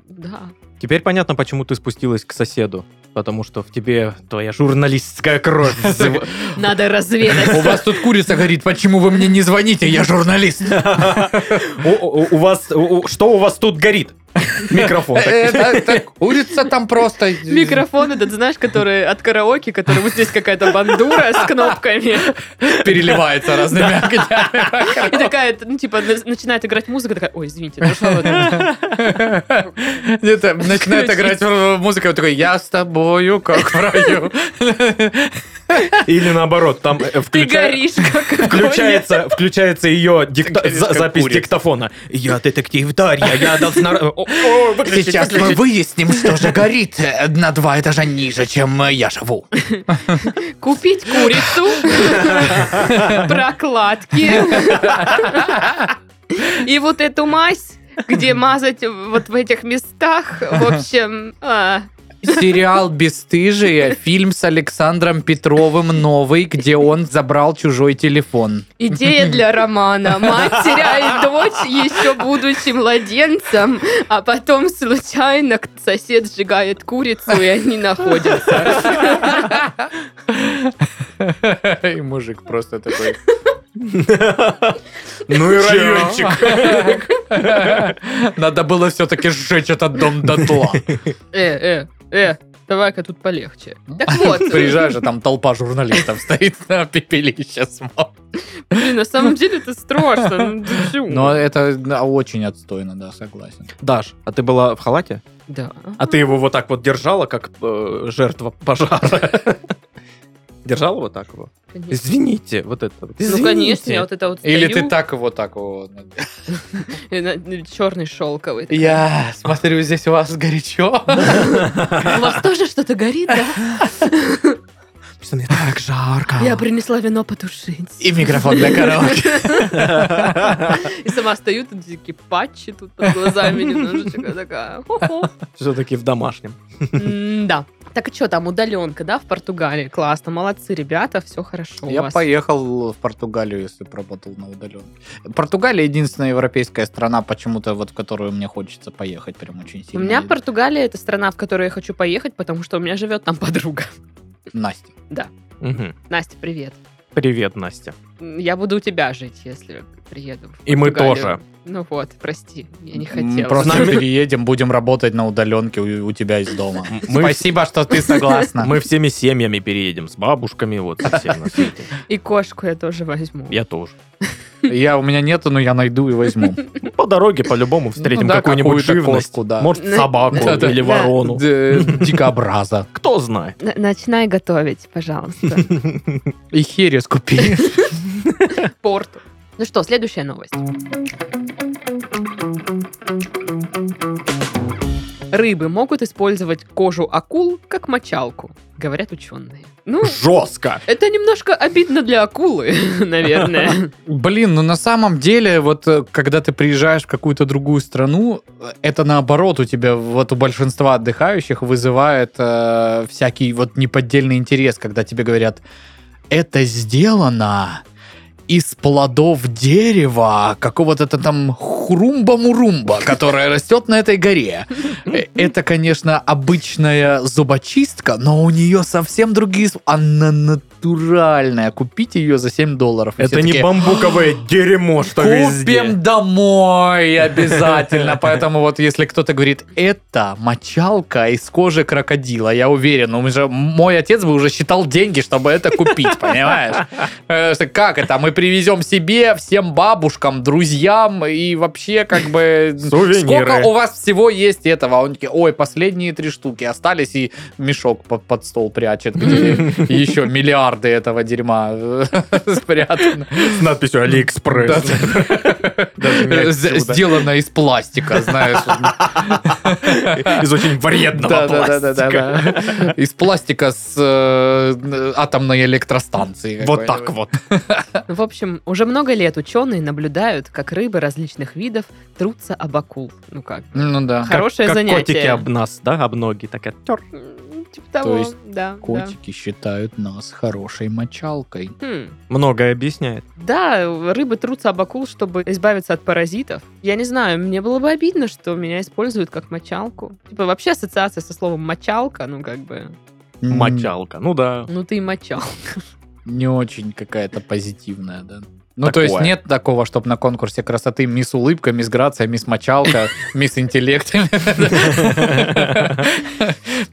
[SPEAKER 1] Да.
[SPEAKER 3] Теперь понятно, почему ты спустилась к соседу. Потому что в тебе твоя журналистская кровь. взыв-
[SPEAKER 1] Надо разведать.
[SPEAKER 2] [LAUGHS] У вас тут курица горит, почему вы мне не звоните? Я [LAUGHS] журналист.
[SPEAKER 3] [LAUGHS] У- У у вас... у- у- Что у вас тут горит? Микрофон.
[SPEAKER 2] Э, э, так, Курица там просто...
[SPEAKER 1] Микрофон этот, знаешь, который от караоке, который вот здесь какая-то бандура с кнопками.
[SPEAKER 2] переливается разными огнями.
[SPEAKER 1] И такая, ну, типа, на- начинает играть музыка, такая, ой, извините, зашла вот эта».
[SPEAKER 2] Где-то начинает играть э, музыка, вот такой, я с тобою, как в раю.
[SPEAKER 3] Или наоборот, там э,
[SPEAKER 1] Ты
[SPEAKER 3] включай-
[SPEAKER 1] горишь, как огонь.
[SPEAKER 3] Включается, включается ее дикта-
[SPEAKER 2] Ты горишь,
[SPEAKER 3] за-
[SPEAKER 2] как
[SPEAKER 3] запись
[SPEAKER 2] курица.
[SPEAKER 3] диктофона. Я детектив Дарья, я должна... О, о, выключить,
[SPEAKER 2] Сейчас мы
[SPEAKER 3] выключить.
[SPEAKER 2] выясним, что же горит э, на два этажа ниже, чем э, я живу.
[SPEAKER 1] Купить
[SPEAKER 2] [LAUGHS]
[SPEAKER 1] курицу, прокладки и вот эту мазь, где мазать вот в этих местах. В общем, а,
[SPEAKER 5] Сериал «Бестыжие», фильм с Александром Петровым «Новый», где он забрал чужой телефон.
[SPEAKER 1] идея для романа. Мать теряет дочь, еще будучи младенцем, а потом случайно к- сосед сжигает курицу, и они находятся.
[SPEAKER 2] [LAUGHS] И мужик просто такой.
[SPEAKER 3] Ну и
[SPEAKER 2] «Чё?»
[SPEAKER 3] райончик.
[SPEAKER 2] Надо было все-таки сжечь этот дом дотла.
[SPEAKER 1] Э, э, э, давай-ка тут полегче. Так вот,
[SPEAKER 2] Приезжаешь, а там толпа журналистов стоит на пепелище смог.
[SPEAKER 1] блин, на самом деле это страшно. ну ты чё?
[SPEAKER 2] Но это да, очень отстойно, да, согласен.
[SPEAKER 3] Даш, а ты была в халате?
[SPEAKER 1] Да.
[SPEAKER 3] А ты его вот так вот держала, как э, жертва пожара? Держала вот так его?
[SPEAKER 1] конечно.
[SPEAKER 3] Извините, вот это вот.
[SPEAKER 1] Ну, конечно, я вот это вот
[SPEAKER 2] Или
[SPEAKER 1] стою,
[SPEAKER 2] ты так вот так вот.
[SPEAKER 1] и на- на- черный шелковый. такой.
[SPEAKER 2] Я смотрю, здесь у вас горячо.
[SPEAKER 1] У вас тоже что-то горит,
[SPEAKER 2] [LAUGHS]
[SPEAKER 1] да?
[SPEAKER 3] Что мне так [LAUGHS] жарко.
[SPEAKER 1] Я принесла вино потушить.
[SPEAKER 2] И микрофон для караоке.
[SPEAKER 1] И сама стою, тут такие патчи тут под глазами немножечко такая. хо-хо.
[SPEAKER 3] Все-таки в домашнем.
[SPEAKER 1] М-да. Так и что там, удаленка, да, в Португалии? Классно, молодцы, ребята, все хорошо у
[SPEAKER 2] Я
[SPEAKER 1] вас.
[SPEAKER 2] поехал в Португалию, если б работал на удаленке. Португалия единственная европейская страна, почему-то вот в которую мне хочется поехать прям очень
[SPEAKER 1] У
[SPEAKER 2] сильно.
[SPEAKER 1] меня
[SPEAKER 2] И-
[SPEAKER 1] Португалия — это страна, в которую я хочу поехать, потому что у меня живет там подруга. [LAUGHS]
[SPEAKER 2] Настя.
[SPEAKER 3] Мгм.
[SPEAKER 1] Настя, привет.
[SPEAKER 3] Привет, Настя.
[SPEAKER 1] М, Я буду у тебя жить, если приеду. в
[SPEAKER 3] И мы
[SPEAKER 1] Португалию.
[SPEAKER 3] тоже.
[SPEAKER 1] Ну вот, прости, я не
[SPEAKER 2] М,
[SPEAKER 1] хотела.
[SPEAKER 2] Просто
[SPEAKER 3] Нами-
[SPEAKER 2] переедем, будем работать на удаленке у у тебя из дома.
[SPEAKER 3] Мы-
[SPEAKER 2] Спасибо, что ты согласна.
[SPEAKER 3] Мы всеми семьями переедем, с бабушками, вот со всем на свете.
[SPEAKER 1] И кошку я тоже возьму.
[SPEAKER 3] Я тоже. Ну,
[SPEAKER 2] Я, у меня нету, но я найду и возьму.
[SPEAKER 3] По дороге по-любому
[SPEAKER 2] Ну
[SPEAKER 3] встретим
[SPEAKER 2] да,
[SPEAKER 3] какую-нибудь
[SPEAKER 2] какую-то
[SPEAKER 3] живность.
[SPEAKER 2] кошку, да.
[SPEAKER 3] Может,
[SPEAKER 1] Да.
[SPEAKER 3] собаку
[SPEAKER 2] Да-да.
[SPEAKER 3] или
[SPEAKER 1] Ну, Да.
[SPEAKER 3] ворону.
[SPEAKER 2] Д- э, [LAUGHS] Дикобраза.
[SPEAKER 3] Кто знает.
[SPEAKER 1] Н- Начинай готовить, пожалуйста.
[SPEAKER 2] И херес купи.
[SPEAKER 1] Порту. Ну что, следующая новость. Рыбы могут использовать кожу акул как мочалку, говорят ученые. Ну,
[SPEAKER 3] Жестко.
[SPEAKER 1] это немножко обидно для акулы, [LAUGHS] наверное.
[SPEAKER 2] Блин, ну на самом деле, вот э, когда ты приезжаешь в какую-то другую страну, э, это наоборот у тебя, вот у большинства отдыхающих вызывает э, всякий вот неподдельный интерес, когда тебе говорят, это сделано из плодов дерева, какого-то там хурумба-мурумба, которая растет на этой горе. Э, Это, конечно, обычная зубочистка, но у нее совсем другие... а св- Она натуральная. Купите ее за 7 долларов. И
[SPEAKER 3] Это
[SPEAKER 2] все
[SPEAKER 3] не
[SPEAKER 2] такие,
[SPEAKER 3] бамбуковое дерьмо, что везде.
[SPEAKER 2] Купим
[SPEAKER 3] [LAUGHS]
[SPEAKER 2] домой обязательно. Поэтому вот если кто-то говорит, это мочалка из кожи крокодила, я уверен, он же- мой отец бы уже считал деньги, чтобы это купить, понимаешь? Э, что Как это? Мы привезем себе, всем бабушкам, друзьям и вообще как бы...
[SPEAKER 3] Сувениры.
[SPEAKER 2] Сколько у вас всего есть этого? А Он такие, ой, последние три штуки остались и мешок под, под стол прячет,
[SPEAKER 3] [LAUGHS]
[SPEAKER 2] где еще миллиарды этого дерьма [LAUGHS] э, спрятано.
[SPEAKER 3] С надписью «Алиэкспресс». Даже не
[SPEAKER 2] Э, з-
[SPEAKER 3] отсюда.
[SPEAKER 2] Сделано из пластика, знаешь.
[SPEAKER 3] [LAUGHS] Из очень вредного пластика.
[SPEAKER 2] да. Из пластика с э, атомной электростанции.
[SPEAKER 3] Вот так
[SPEAKER 2] какой-нибудь.
[SPEAKER 3] вот.
[SPEAKER 1] В общем, уже много лет ученые наблюдают, как рыбы различных видов трутся об акул. Ну как?
[SPEAKER 2] Ну да.
[SPEAKER 1] Хорошее
[SPEAKER 3] Как
[SPEAKER 1] занятие.
[SPEAKER 3] котики об нас, да, об ноги. Так, оттер.
[SPEAKER 1] М, Типа того,
[SPEAKER 2] есть
[SPEAKER 1] да. да.
[SPEAKER 2] Котики считают нас хорошей мочалкой.
[SPEAKER 1] Хм.
[SPEAKER 3] Многое объясняет.
[SPEAKER 1] Да, рыбы трутся об акул, чтобы избавиться от паразитов. Я не знаю, мне было бы обидно, что меня используют как мочалку. Типа вообще ассоциация со словом мочалка, ну как бы,
[SPEAKER 2] М,
[SPEAKER 3] Мочалка. Ну да.
[SPEAKER 1] ну ты и мочал.
[SPEAKER 2] Не очень какая-то позитивная, да. Ну, то
[SPEAKER 3] Такое.
[SPEAKER 2] есть нет такого, чтобы на конкурсе красоты мисс улыбка, мисс грация, мисс
[SPEAKER 3] [LAUGHS]
[SPEAKER 2] мочалка, мисс интеллект.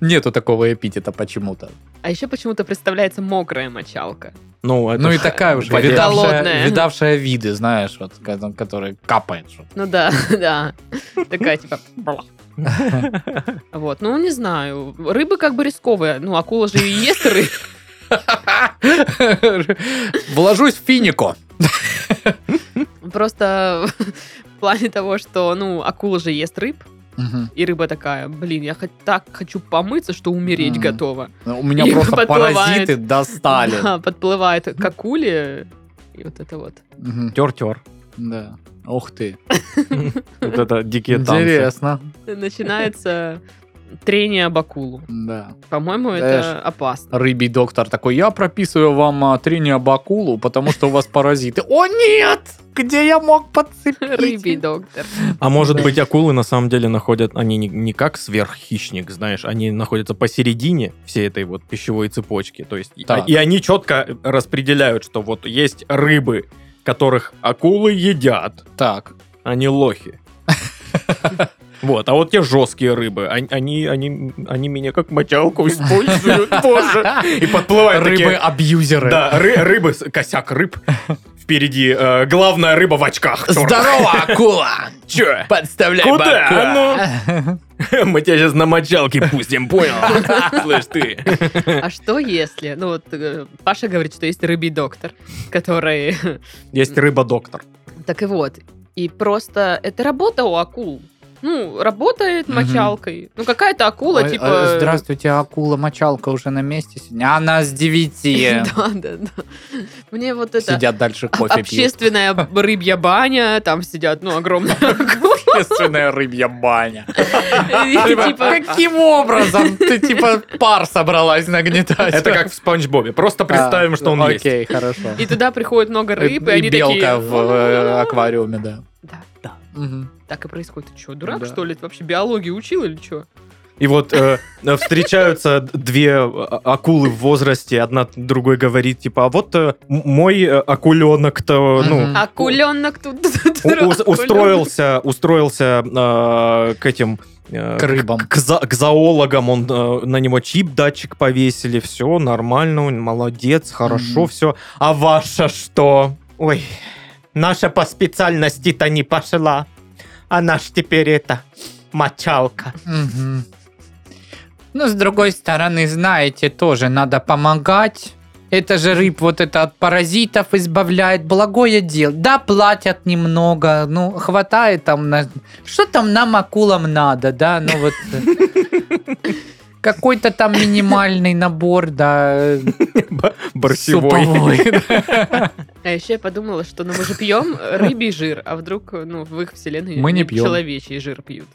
[SPEAKER 2] Нету такого эпитета почему-то.
[SPEAKER 1] А еще почему-то представляется мокрая мочалка.
[SPEAKER 3] Ну, это
[SPEAKER 2] Ну и
[SPEAKER 3] ж-
[SPEAKER 2] такая уже,
[SPEAKER 3] Поверь.
[SPEAKER 2] видавшая,
[SPEAKER 1] Холодная.
[SPEAKER 2] видавшая виды, знаешь, вот, ко- которая капает. что-то. [LAUGHS]
[SPEAKER 1] Ну да, [LAUGHS] да. Такая типа... бла. Вот, ну не знаю. Рыбы как бы рисковые. Ну, акула же и ест рыб.
[SPEAKER 2] Вложусь в финику.
[SPEAKER 1] Просто в плане того, что, ну, акула же ест рыб.
[SPEAKER 2] Мгм.
[SPEAKER 1] И рыба такая, блин, я хоть так хочу помыться, что умереть
[SPEAKER 2] Мгм.
[SPEAKER 1] готова.
[SPEAKER 2] Ну, У меня
[SPEAKER 1] И
[SPEAKER 2] просто
[SPEAKER 1] подплывает.
[SPEAKER 2] паразиты достали.
[SPEAKER 1] Да, подплывает к акуле. И вот это вот.
[SPEAKER 2] Мгм.
[SPEAKER 3] Тер-тер.
[SPEAKER 2] Да. Ух ты.
[SPEAKER 3] Вот это дикие танцы.
[SPEAKER 2] Интересно.
[SPEAKER 1] Начинается трение об акулу.
[SPEAKER 2] Да.
[SPEAKER 1] По-моему,
[SPEAKER 2] Знаешь,
[SPEAKER 1] это опасно.
[SPEAKER 2] Рыбий доктор такой, я прописываю вам а, трение об акулу, потому что у вас паразиты. О нет! Где я мог подцепить?
[SPEAKER 1] Рыбий доктор.
[SPEAKER 3] А может быть, акулы на самом деле находят, они не, не как сверххищник, знаешь, они находятся посередине всей этой вот пищевой цепочки. То есть, и-
[SPEAKER 2] Так.
[SPEAKER 3] и они четко распределяют, что вот есть рыбы, которых акулы едят,
[SPEAKER 2] Так.
[SPEAKER 3] они
[SPEAKER 2] [LAUGHS]
[SPEAKER 3] а лохи. Вот, а вот те жесткие рыбы, они, они, они, они меня как мочалку
[SPEAKER 2] [LAUGHS]
[SPEAKER 3] используют, боже. И подплывают такие,
[SPEAKER 2] Рыбы-абьюзеры.
[SPEAKER 3] Да, ры- рыбы, с- косяк рыб. Впереди э, главная рыба в очках. черт.
[SPEAKER 2] Здорово, акула!
[SPEAKER 3] Чё?
[SPEAKER 2] Подставляй
[SPEAKER 3] Куда? А ну.
[SPEAKER 2] бока. [LAUGHS]
[SPEAKER 3] Мы тебя сейчас на мочалке пустим, понял? Слышь ты.
[SPEAKER 1] А что если? Ну вот э, Паша говорит, что есть рыбий доктор, который... [LAUGHS]
[SPEAKER 3] Есть рыба-доктор.
[SPEAKER 1] Так и вот. И просто это работа у акул. Ну, работает
[SPEAKER 2] Мгм.
[SPEAKER 1] мочалкой. Ну, какая-то акула,
[SPEAKER 2] Ой,
[SPEAKER 1] типа...
[SPEAKER 2] э, Здравствуйте, акула, мочалка уже на месте сегодня. Она с девяти.
[SPEAKER 1] [LAUGHS] [LAUGHS] Да, А да, да. Мне вот это...
[SPEAKER 2] Сидят дальше
[SPEAKER 1] об-
[SPEAKER 2] кофе пьют.
[SPEAKER 1] Общественная б- рыбья баня, там сидят, ну,
[SPEAKER 2] [LAUGHS]
[SPEAKER 1] огромные акулы.
[SPEAKER 2] Общественная рыбья
[SPEAKER 1] [LAUGHS]
[SPEAKER 2] баня.
[SPEAKER 1] И
[SPEAKER 2] Типа,
[SPEAKER 1] типа-
[SPEAKER 2] Каким образом ты типа пар собралась нагнетать?
[SPEAKER 3] Это как в Спанч Бобе. Просто представим,
[SPEAKER 2] А,
[SPEAKER 3] что он есть.
[SPEAKER 2] Окей, хорошо.
[SPEAKER 1] И туда приходит много рыб, и,
[SPEAKER 2] Э, И
[SPEAKER 1] они
[SPEAKER 2] белка
[SPEAKER 1] такие...
[SPEAKER 2] в э, аквариуме, да.
[SPEAKER 1] Да,
[SPEAKER 2] Мгм.
[SPEAKER 1] так и происходит. Ты что, дурак,
[SPEAKER 2] Да.
[SPEAKER 1] что ли? Ты вообще биологию учил или что?
[SPEAKER 3] И вот э, э, встречаются две э, акулы в возрасте. Одна другой говорит, типа, а вот э, м- мой э, акуленок-то, ну...
[SPEAKER 2] Мгм.
[SPEAKER 1] Акуленок А тут... [LAUGHS] тут-
[SPEAKER 3] у-
[SPEAKER 1] акуленок.
[SPEAKER 3] у- Устроился, устроился э, к этим... э,
[SPEAKER 2] К рыбам.
[SPEAKER 3] к, за- к зоологам он э, на него чип датчик повесили, все нормально, он молодец, хорошо,
[SPEAKER 2] Мгм.
[SPEAKER 3] все. А ваша что? Ой, наша по специальности-то не пошла, а наш теперь это мочалка.
[SPEAKER 2] Мгм. Ну, с другой стороны, знаете, тоже надо помогать. Это же рыб вот это от паразитов избавляет. Благое дело. Да, платят немного. Ну, хватает там. на- Что там нам, акулам, надо, да? Ну, вот... э, Какой-то там минимальный набор, да, э,
[SPEAKER 3] Барсевой.
[SPEAKER 2] суповой.
[SPEAKER 1] А еще я подумала, что ну мы же пьем рыбий жир, а вдруг ну в их вселенной
[SPEAKER 2] Мы не
[SPEAKER 1] они
[SPEAKER 2] пьем. [LAUGHS]
[SPEAKER 1] человечий жир пьют.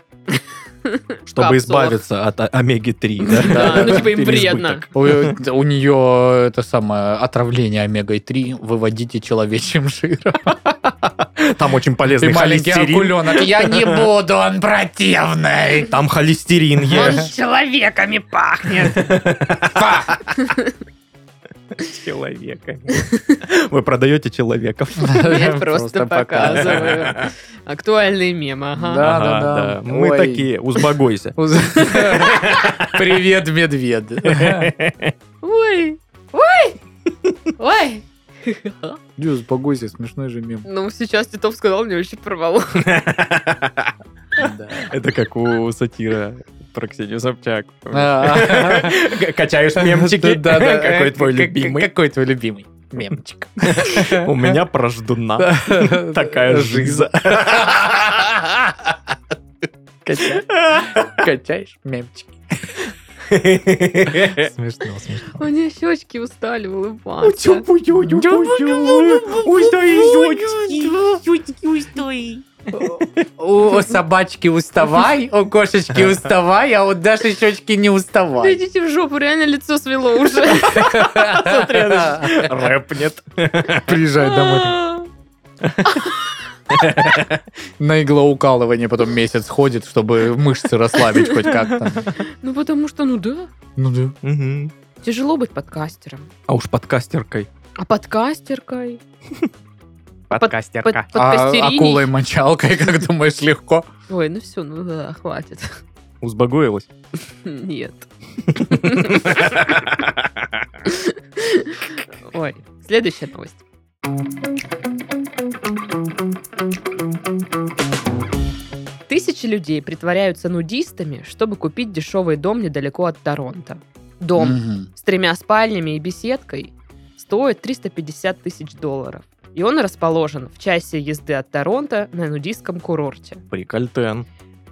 [SPEAKER 3] чтобы
[SPEAKER 1] капсулах.
[SPEAKER 3] избавиться от омеги-3. да?
[SPEAKER 1] Да, ну типа им
[SPEAKER 3] Переизбыток.
[SPEAKER 1] вредно.
[SPEAKER 2] У, у нее это самое отравление омегой-3. Выводите человечьим жиром.
[SPEAKER 3] Там очень полезный
[SPEAKER 2] Ты маленький
[SPEAKER 3] холестерин.
[SPEAKER 2] акуленок. Я [LAUGHS] не буду, он противный.
[SPEAKER 3] Там холестерин
[SPEAKER 1] Он
[SPEAKER 3] есть.
[SPEAKER 1] человеками пахнет.
[SPEAKER 3] Человека. [LAUGHS] Вы продаете человеков.
[SPEAKER 1] [LAUGHS] Я просто показываю. Актуальный мем, ага.
[SPEAKER 2] Да, да, да.
[SPEAKER 3] Мы
[SPEAKER 2] Ой.
[SPEAKER 3] такие, узбогойся.
[SPEAKER 2] Уз- [LAUGHS] Привет, медведь.
[SPEAKER 1] Ой, ой, [LAUGHS] ой.
[SPEAKER 2] Не, успокойся, смешной же мем.
[SPEAKER 1] Ну, сейчас Титов сказал, мне вообще порвало.
[SPEAKER 3] [LAUGHS] Это как у сатира про Ксению Собчак.
[SPEAKER 2] А.
[SPEAKER 3] Качаешь мемчики.
[SPEAKER 2] Да, да.
[SPEAKER 3] Какой твой
[SPEAKER 2] Как-
[SPEAKER 3] любимый?
[SPEAKER 2] Какой твой любимый? Мемчик.
[SPEAKER 3] У меня про ждуна. Такая [LAUGHS] жиза.
[SPEAKER 2] Качаешь мемчики. Смешно, смешно.
[SPEAKER 1] У меня щечки устали
[SPEAKER 3] Ну,
[SPEAKER 1] улыбаться. [LAUGHS]
[SPEAKER 2] У собачки уставай, у кошечки уставай, а у Даши щечки не
[SPEAKER 1] Да
[SPEAKER 2] уставай.
[SPEAKER 1] идите в жопу, реально лицо свело уже.
[SPEAKER 3] Рэпнет.
[SPEAKER 2] Приезжай На иглоукалывание потом месяц ходит, чтобы мышцы расслабить хоть как-то.
[SPEAKER 1] Ну, потому что, ну да,
[SPEAKER 2] Ну да.
[SPEAKER 3] Мгм.
[SPEAKER 1] тяжело быть подкастером.
[SPEAKER 3] А уж подкастеркой.
[SPEAKER 1] А подкастеркой? Под-
[SPEAKER 3] Подкастерка.
[SPEAKER 2] А
[SPEAKER 1] подкастериней?
[SPEAKER 2] акулой-мочалкой, как думаешь, легко?
[SPEAKER 1] Ой, ну все, ну да, хватит.
[SPEAKER 3] Узбогоилась?
[SPEAKER 1] Нет. Ой, следующая новость. Тысячи людей притворяются нудистами, чтобы купить дешевый дом недалеко от Торонто. Дом
[SPEAKER 2] Мгм.
[SPEAKER 1] с тремя спальнями и беседкой стоит 350 тысяч долларов. И он расположен в часе езды от Торонто на нудистском курорте.
[SPEAKER 3] Прикольтен.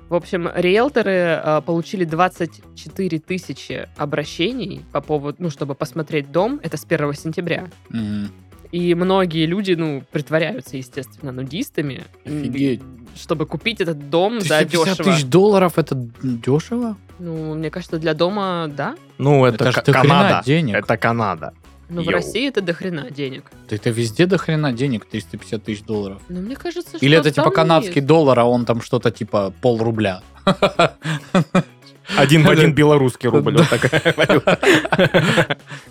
[SPEAKER 1] В общем, риэлторы э, получили 24 тысячи обращений по поводу, ну, чтобы посмотреть дом. Это с 1 сентября.
[SPEAKER 2] Мгм.
[SPEAKER 1] И многие люди, ну, притворяются, естественно, нудистами. м,
[SPEAKER 2] Офигеть.
[SPEAKER 1] Чтобы купить этот дом за
[SPEAKER 2] 350
[SPEAKER 1] дешево.
[SPEAKER 2] тысяч долларов это дешево?
[SPEAKER 1] Ну, мне кажется, для дома, да.
[SPEAKER 3] Ну,
[SPEAKER 2] Это
[SPEAKER 3] это
[SPEAKER 2] ж
[SPEAKER 3] К-
[SPEAKER 2] до хрена
[SPEAKER 3] Канада.
[SPEAKER 2] денег.
[SPEAKER 3] Это Канада.
[SPEAKER 1] Но в
[SPEAKER 3] Йоу.
[SPEAKER 1] России это до хрена денег.
[SPEAKER 2] Это везде до хрена денег 350 тысяч долларов.
[SPEAKER 1] Но мне кажется, что
[SPEAKER 2] Или это типа
[SPEAKER 1] там
[SPEAKER 2] канадский
[SPEAKER 1] есть.
[SPEAKER 2] доллар, а он там что-то типа пол рубля.
[SPEAKER 3] [LAUGHS] Один в один белорусский рубль. Вот такая [LAUGHS] валюта.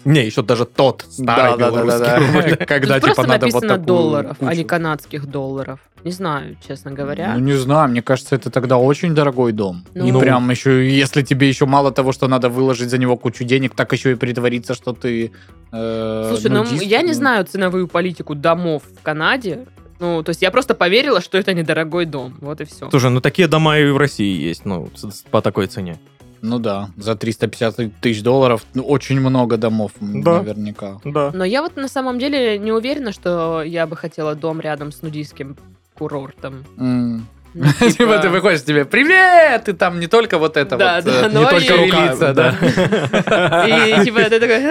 [SPEAKER 3] Не, еще даже тот старый белорусский рубль. [LAUGHS]
[SPEAKER 1] Тут
[SPEAKER 2] Когда
[SPEAKER 1] просто
[SPEAKER 2] типа надо вот
[SPEAKER 1] написано
[SPEAKER 2] такую
[SPEAKER 1] долларов, а не
[SPEAKER 2] кучу.
[SPEAKER 1] канадских долларов. Не знаю, честно говоря.
[SPEAKER 2] Ну, не знаю, мне кажется, это тогда очень дорогой дом.
[SPEAKER 1] Ну.
[SPEAKER 2] И
[SPEAKER 1] Ну.
[SPEAKER 2] прям еще, если тебе еще мало того, что надо выложить за него кучу денег, так еще и притвориться, что ты э,
[SPEAKER 1] Слушай, ну
[SPEAKER 2] нудист.
[SPEAKER 1] я не
[SPEAKER 2] Ну,
[SPEAKER 1] знаю ценовую политику домов в Канаде. Ну, то есть я просто поверила, что это недорогой дом. Вот и все.
[SPEAKER 3] Слушай, ну такие дома и в России есть, ну, с- с- по такой цене.
[SPEAKER 2] Ну да, за 350 тысяч долларов ну, очень много домов м,
[SPEAKER 3] Да.
[SPEAKER 2] наверняка.
[SPEAKER 3] Да.
[SPEAKER 1] Но я вот на самом деле не уверена, что я бы хотела дом рядом с нудистским курортом.
[SPEAKER 2] М.
[SPEAKER 1] Ну,
[SPEAKER 2] Типа ты
[SPEAKER 1] типа,
[SPEAKER 2] выходишь, тебе «Привет!» И там не только вот это
[SPEAKER 1] Да,
[SPEAKER 2] вот,
[SPEAKER 1] да, ну, а
[SPEAKER 2] э,
[SPEAKER 1] но
[SPEAKER 2] не только
[SPEAKER 1] и-
[SPEAKER 2] рука, да.
[SPEAKER 3] [LAUGHS]
[SPEAKER 1] И типа ты такой...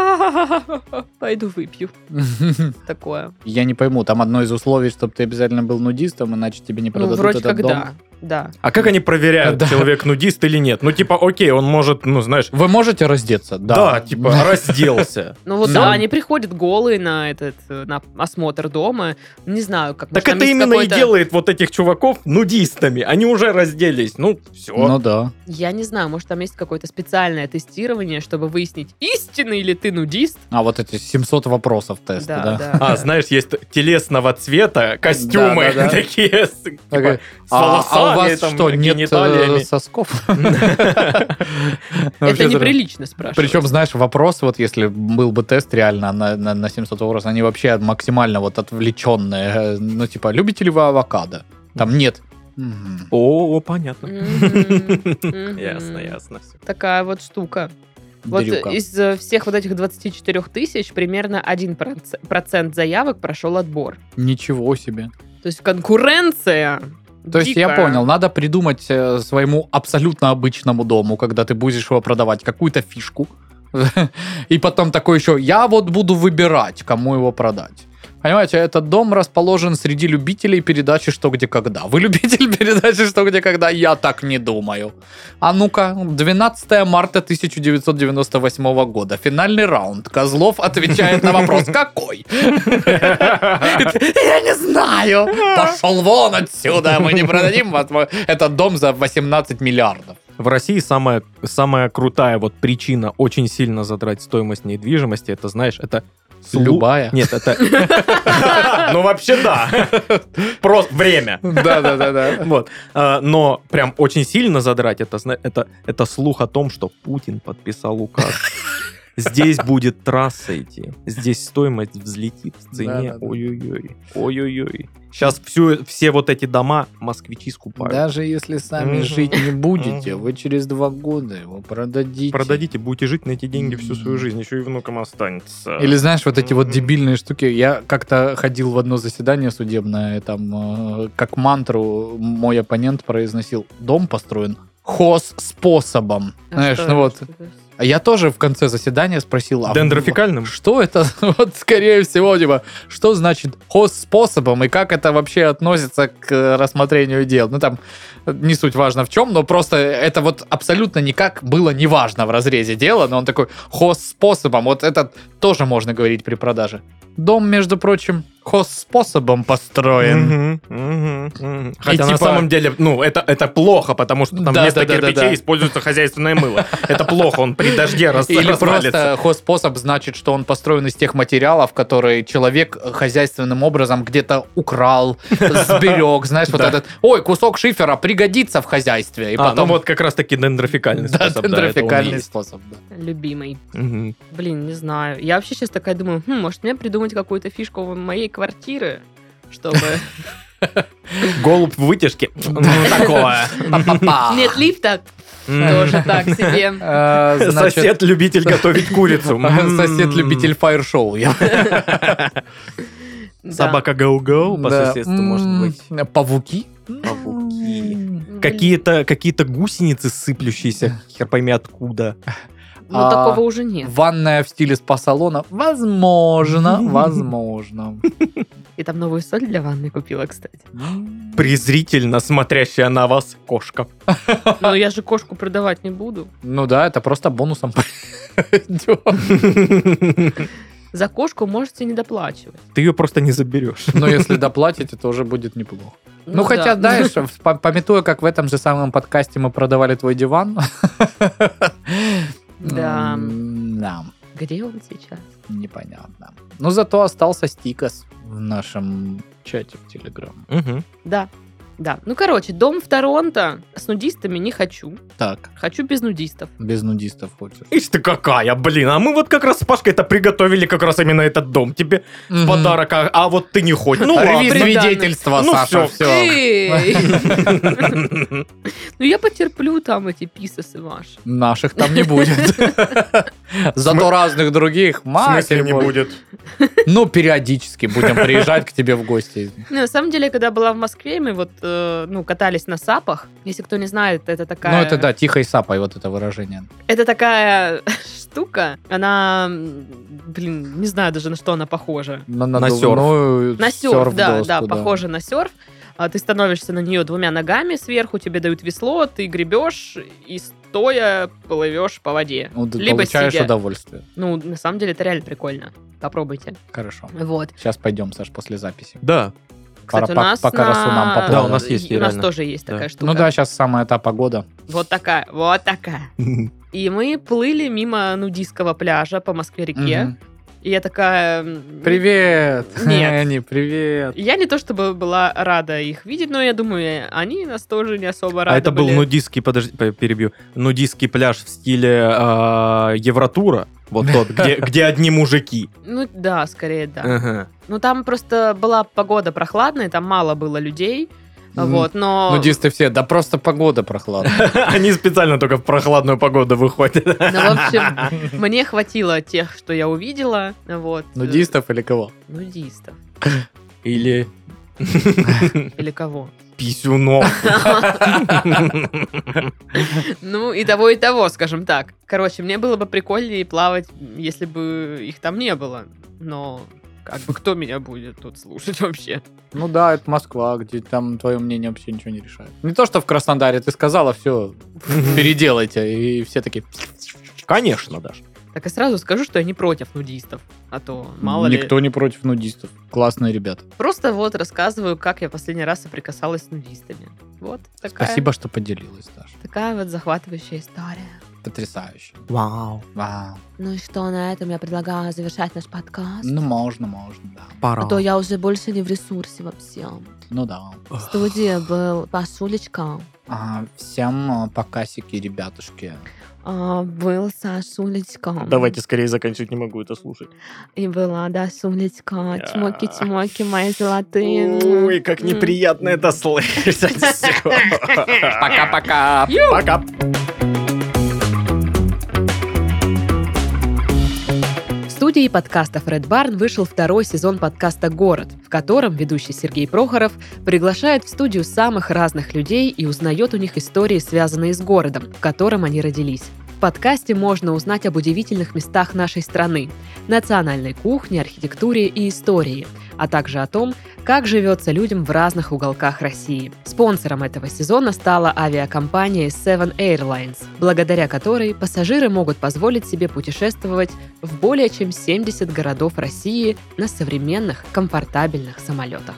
[SPEAKER 1] «А-а-а, Пойду выпью.
[SPEAKER 2] [LAUGHS]
[SPEAKER 1] Такое.
[SPEAKER 2] Я не пойму, там одно из условий, чтобы ты обязательно был нудистом, иначе тебе не
[SPEAKER 1] Ну,
[SPEAKER 2] продадут
[SPEAKER 1] вроде
[SPEAKER 2] этот
[SPEAKER 1] как
[SPEAKER 2] дом.
[SPEAKER 1] да. Да.
[SPEAKER 3] А как они проверяют,
[SPEAKER 2] Да.
[SPEAKER 3] человек нудист или нет? Ну, типа, окей, он может, ну, знаешь,
[SPEAKER 2] Вы можете раздеться? Да. [LAUGHS]
[SPEAKER 3] да, типа, разделся.
[SPEAKER 1] Ну вот
[SPEAKER 2] Ну.
[SPEAKER 1] да, они приходят голые на этот э, на осмотр дома. Не знаю, как может,
[SPEAKER 3] Так
[SPEAKER 1] там
[SPEAKER 3] это
[SPEAKER 1] есть
[SPEAKER 3] именно и
[SPEAKER 1] какой-то-
[SPEAKER 3] делает вот этих чуваков нудистами. Они уже разделись. Ну, все.
[SPEAKER 2] Ну да.
[SPEAKER 1] Я не знаю, может, там есть какое-то специальное тестирование, чтобы выяснить, истинный ли ты нудист.
[SPEAKER 2] А вот эти 700 вопросов теста, да?
[SPEAKER 3] А, знаешь, есть телесного цвета костюмы
[SPEAKER 2] Да, да, да.
[SPEAKER 3] такие с, типа,
[SPEAKER 2] Такая,
[SPEAKER 3] с
[SPEAKER 2] А, а у
[SPEAKER 3] волосами,
[SPEAKER 2] вас
[SPEAKER 3] там,
[SPEAKER 2] что, нет
[SPEAKER 3] гениталиями.
[SPEAKER 2] э,
[SPEAKER 3] [LAUGHS]
[SPEAKER 2] сосков? [LAUGHS]
[SPEAKER 1] Это
[SPEAKER 2] [LAUGHS] Вообще
[SPEAKER 1] неприлично спрашивать.
[SPEAKER 2] Причем, знаешь, вопрос, вот если был бы тест реально на, на, на 700 вопрос, они вообще максимально вот отвлеченные. Э, Ну, типа, любите ли вы авокадо? Там нет. Мгм.
[SPEAKER 3] О, о, понятно.
[SPEAKER 1] Мгм, мгм.
[SPEAKER 3] [LAUGHS] Ясно, ясно. всё.
[SPEAKER 1] Такая вот штука. Вот
[SPEAKER 2] Дрюка.
[SPEAKER 1] из э, всех вот этих 24 тысяч примерно 1% процент заявок прошел отбор.
[SPEAKER 2] Ничего себе.
[SPEAKER 1] То есть конкуренция.
[SPEAKER 2] То есть я
[SPEAKER 1] дикая.
[SPEAKER 2] понял, надо придумать э, своему абсолютно обычному дому, когда ты будешь его продавать, какую-то [LAUGHS] фишку. И потом такой еще, я вот буду выбирать, кому его продать. Понимаете, этот дом расположен среди любителей передачи «Что, где, когда». Вы [LAUGHS] любитель передачи «Что, где, когда»? Я так не думаю. А ну-ка, 12 марта 1998 года. Финальный раунд. Козлов отвечает на вопрос «Какой?». [LAUGHS] Я не знаю. Пошел вон отсюда, мы не продадим вас. Этот дом за 18 миллиардов.
[SPEAKER 3] В России самая, самая крутая вот причина очень сильно задрать стоимость недвижимости, это, знаешь, это... слу-
[SPEAKER 2] Любая.
[SPEAKER 3] Нет, это... [LAUGHS] Ну, вообще, да. Просто время.
[SPEAKER 2] [LAUGHS] Да-да-да.
[SPEAKER 3] Вот. А, Но прям очень сильно задрать, это, зна- это, это слух о том, что Путин подписал указ. Здесь будет трасса идти. Здесь стоимость взлетит в цене.
[SPEAKER 2] Да-да-да.
[SPEAKER 3] Ой-ой-ой. Ой-ой-ой. Сейчас всю, все вот эти дома москвичи скупают.
[SPEAKER 5] Даже если сами
[SPEAKER 3] Мгм.
[SPEAKER 5] жить не будете,
[SPEAKER 3] Мгм.
[SPEAKER 5] вы через два года его продадите.
[SPEAKER 3] Продадите, будете жить на эти деньги всю свою жизнь, еще и внукам останется.
[SPEAKER 2] Или знаешь, вот эти вот
[SPEAKER 3] Мгм.
[SPEAKER 2] дебильные штуки. Я как-то ходил в одно заседание судебное, и там э, как мантру мой оппонент произносил «Дом построен хоз способом».
[SPEAKER 1] А
[SPEAKER 2] Знаешь,
[SPEAKER 1] что-
[SPEAKER 2] ну вот.
[SPEAKER 1] что это?
[SPEAKER 2] А я тоже в конце заседания спросил... а
[SPEAKER 3] Дендрофикальным?
[SPEAKER 2] Что это? [LAUGHS] Вот, скорее всего, типа, что значит хоз способом и как это вообще относится к э, рассмотрению дел? Ну, там, не суть важно в чем, но просто это вот абсолютно никак было не важно в разрезе дела, но он такой хоз способом. Вот это тоже можно говорить при продаже. Дом, между прочим, хоз способом построен.
[SPEAKER 3] Мгм, мгм, мгм. Хотя на
[SPEAKER 2] типа-
[SPEAKER 3] самом деле, ну, это, это плохо, потому что там
[SPEAKER 2] Да,
[SPEAKER 3] вместо
[SPEAKER 2] да, да, да,
[SPEAKER 3] кирпичей
[SPEAKER 2] да.
[SPEAKER 3] используется хозяйственное мыло. Это плохо, он при дожде рас-
[SPEAKER 2] Или
[SPEAKER 3] развалится.
[SPEAKER 2] просто хозспособ значит, что он построен из тех материалов, которые человек хозяйственным образом где-то
[SPEAKER 3] [LAUGHS]
[SPEAKER 2] украл, сберег, знаешь, вот
[SPEAKER 3] Да.
[SPEAKER 2] этот, ой, кусок шифера пригодится в хозяйстве. И
[SPEAKER 3] А, ну
[SPEAKER 2] потом
[SPEAKER 3] вот как раз-таки
[SPEAKER 2] Да,
[SPEAKER 3] дендрофикальный способ. да, это он
[SPEAKER 2] дендрофикальный
[SPEAKER 3] есть.
[SPEAKER 2] способ. да.
[SPEAKER 1] Любимый.
[SPEAKER 3] Мгм.
[SPEAKER 1] Блин, не знаю. Я вообще сейчас такая думаю, «Хм, может мне придумать какую-то фишку моей квартиры, чтобы...
[SPEAKER 3] [LAUGHS] Голубь в вытяжке. Ну, такое. А.
[SPEAKER 2] Па-па-па.
[SPEAKER 1] [LAUGHS] Нет лифта,
[SPEAKER 3] Мгм.
[SPEAKER 1] тоже так
[SPEAKER 2] [LAUGHS]
[SPEAKER 1] себе.
[SPEAKER 2] Э, Значит,
[SPEAKER 3] Сосед-любитель готовить курицу.
[SPEAKER 2] [LAUGHS]
[SPEAKER 3] М.
[SPEAKER 2] сосед-любитель фаер-шоу.
[SPEAKER 3] [LAUGHS]
[SPEAKER 2] я-
[SPEAKER 1] Да.
[SPEAKER 3] Собака гау-гау по
[SPEAKER 2] Да.
[SPEAKER 3] соседству, может
[SPEAKER 2] М,
[SPEAKER 3] быть.
[SPEAKER 2] Павуки?
[SPEAKER 3] Павуки.
[SPEAKER 1] Блин.
[SPEAKER 3] Какие-то какие гусеницы сыплющиеся, хер пойми откуда.
[SPEAKER 1] Ну,
[SPEAKER 2] А,
[SPEAKER 1] такого уже нет.
[SPEAKER 2] Ванная в стиле спа-салона? Возможно,
[SPEAKER 3] [LAUGHS]
[SPEAKER 2] возможно.
[SPEAKER 1] И там новую соль для ванны купила,
[SPEAKER 2] [LAUGHS]
[SPEAKER 1] кстати.
[SPEAKER 2] М-м.
[SPEAKER 3] Презрительно смотрящая на вас кошка.
[SPEAKER 1] Но Ну, я же кошку продавать не буду.
[SPEAKER 2] Ну да, это просто бонусом [LAUGHS] пойдет.
[SPEAKER 1] За кошку можете не доплачивать.
[SPEAKER 3] Ты ее просто не заберешь.
[SPEAKER 2] Но если доплатите, то уже будет неплохо. Ну, хотя,
[SPEAKER 1] да.
[SPEAKER 2] знаешь, в- по- пометуя, как в этом же самом подкасте мы продавали твой [LAUGHS] диван.
[SPEAKER 1] Да.
[SPEAKER 2] М, Да,
[SPEAKER 1] Где он сейчас?
[SPEAKER 2] непонятно. Но зато остался стикос в нашем чате в Телеграм.
[SPEAKER 1] Да. Да. Ну, короче, дом в Торонто с нудистами не хочу.
[SPEAKER 2] Так,
[SPEAKER 1] Хочу без нудистов.
[SPEAKER 2] без нудистов хочешь.
[SPEAKER 3] Ишь ты какая, блин, а мы вот как раз с Пашкой-то приготовили как раз именно этот дом тебе в подарок, а, а вот ты не хочешь. Ну
[SPEAKER 2] Рви
[SPEAKER 3] ладно.
[SPEAKER 2] свидетельство,
[SPEAKER 3] Ну,
[SPEAKER 2] Саша,
[SPEAKER 3] всё.
[SPEAKER 2] все.
[SPEAKER 1] Эй!
[SPEAKER 2] [LAUGHS]
[SPEAKER 1] Ну, я потерплю там эти писасы ваши.
[SPEAKER 2] Наших там не [LAUGHS] будет. Зато разных других,
[SPEAKER 3] В смысле
[SPEAKER 2] матерь
[SPEAKER 3] не
[SPEAKER 2] божья.
[SPEAKER 3] будет?
[SPEAKER 2] Ну, периодически будем приезжать к тебе в гости. Ну,
[SPEAKER 1] Не, на самом деле, когда была в Москве, мы вот, э, ну, катались на сапах. Если кто не знает, это такая...
[SPEAKER 2] Ну, это да, тихой сапой вот это выражение.
[SPEAKER 1] Это такая [LAUGHS] штука. Она, м, блин, не знаю даже, на что она похожа.
[SPEAKER 2] На,
[SPEAKER 3] На
[SPEAKER 2] надувную
[SPEAKER 1] На серф, да,
[SPEAKER 2] доску,
[SPEAKER 1] да, похоже на серф. А Ты становишься на нее двумя ногами сверху, тебе дают весло, ты гребешь и стоя плывешь по воде.
[SPEAKER 2] Ну, ты
[SPEAKER 1] Либо
[SPEAKER 2] получаешь
[SPEAKER 1] сидя.
[SPEAKER 2] удовольствие.
[SPEAKER 1] Ну, на самом деле, это реально прикольно. Попробуйте.
[SPEAKER 2] Хорошо.
[SPEAKER 1] Вот.
[SPEAKER 2] Сейчас пойдем, Саш, после записи.
[SPEAKER 3] Да.
[SPEAKER 1] Кстати,
[SPEAKER 2] Пора
[SPEAKER 1] у
[SPEAKER 2] пок-
[SPEAKER 1] нас
[SPEAKER 2] пока
[SPEAKER 1] на-
[SPEAKER 2] Расу нам поплавал.
[SPEAKER 3] Да, у нас есть,
[SPEAKER 1] У нас
[SPEAKER 3] реально.
[SPEAKER 1] тоже есть
[SPEAKER 3] Да.
[SPEAKER 1] такая штука.
[SPEAKER 2] Ну да, сейчас самая та погода.
[SPEAKER 1] Вот такая, вот такая.
[SPEAKER 3] А
[SPEAKER 1] И мы плыли мимо нудистского пляжа по Москве-реке.
[SPEAKER 2] Мгм.
[SPEAKER 1] И я такая... м,
[SPEAKER 2] Привет! [LAUGHS]
[SPEAKER 1] Нет.
[SPEAKER 2] Эни, привет!
[SPEAKER 1] Я не то чтобы была рада их видеть, но я думаю, они нас тоже не особо рады
[SPEAKER 3] А это был
[SPEAKER 1] были.
[SPEAKER 3] нудистский, подожди, п- перебью, нудистский пляж в стиле а, Евротура, вот тот, где, где одни мужики.
[SPEAKER 1] Ну да, скорее да.
[SPEAKER 3] [LAUGHS] Ага.
[SPEAKER 1] Ну там просто была погода прохладная, там мало было людей.
[SPEAKER 2] М,
[SPEAKER 1] А Вот,
[SPEAKER 3] ну,
[SPEAKER 1] но... ну,
[SPEAKER 2] Нудисты все, да просто погода прохладная. [LAUGHS]
[SPEAKER 3] Они специально только в прохладную погоду выходят.
[SPEAKER 1] Ну, в
[SPEAKER 3] [LAUGHS]
[SPEAKER 1] общем, мне хватило тех, что я увидела. Вот.
[SPEAKER 3] Ну,
[SPEAKER 2] Нудистов или кого?
[SPEAKER 1] Э, Нудистов.
[SPEAKER 3] Или
[SPEAKER 1] Или кого? [LAUGHS]
[SPEAKER 3] писюнов.
[SPEAKER 1] Ну, и того, и того, скажем так. Короче, мне было бы прикольнее плавать, если бы их там не было. Но Как бы кто меня будет тут слушать вообще?
[SPEAKER 2] Ну да, это Москва, где там твое мнение вообще ничего не решает. Не то, что в Краснодаре ты сказала, все, переделайте. И все такие,
[SPEAKER 3] [LAUGHS] Конечно, даже.
[SPEAKER 1] Так и сразу скажу, что я не против нудистов. А то мало
[SPEAKER 2] никто не против нудистов. Классные ребята.
[SPEAKER 1] ли. Просто вот рассказываю, как я последний раз соприкасалась с нудистами. Вот такая,
[SPEAKER 2] Спасибо, что поделилась, Даша.
[SPEAKER 1] такая вот захватывающая история.
[SPEAKER 2] Потрясающе.
[SPEAKER 3] Вау,
[SPEAKER 2] Вау.
[SPEAKER 1] Ну и что, на этом я предлагаю завершать наш подкаст. А
[SPEAKER 2] Ну, можно, можно, да.
[SPEAKER 3] пора.
[SPEAKER 1] я уже больше не в ресурсе во всем.
[SPEAKER 2] Ну да.
[SPEAKER 1] В студии был Пашулечка,
[SPEAKER 2] А, всем а, покасики, ребятушки.
[SPEAKER 1] а, был Сашулечка.
[SPEAKER 3] Давайте скорее заканчивать, не могу это слушать.
[SPEAKER 1] И была Дашулечка.
[SPEAKER 3] Да.
[SPEAKER 1] Чмоки-чмоки, мои золотые.
[SPEAKER 3] Ой, как
[SPEAKER 1] ну. М.
[SPEAKER 3] неприятно это слышать. Всё.
[SPEAKER 2] Пока-пока.
[SPEAKER 3] Пока.
[SPEAKER 1] В студии подкастов Red Barn вышел второй сезон подкаста «Город», в котором ведущий Сергей Прохоров приглашает в студию самых разных людей и узнает у них истории, связанные с городом, в котором они родились. В подкасте можно узнать об удивительных местах нашей страны, национальной кухне, архитектуре и истории, а также о том, как живется людям в разных уголках России. Спонсором этого сезона стала авиакомпания Seven Airlines, благодаря которой пассажиры могут позволить себе путешествовать в более чем 70 городов России на современных комфортабельных самолетах.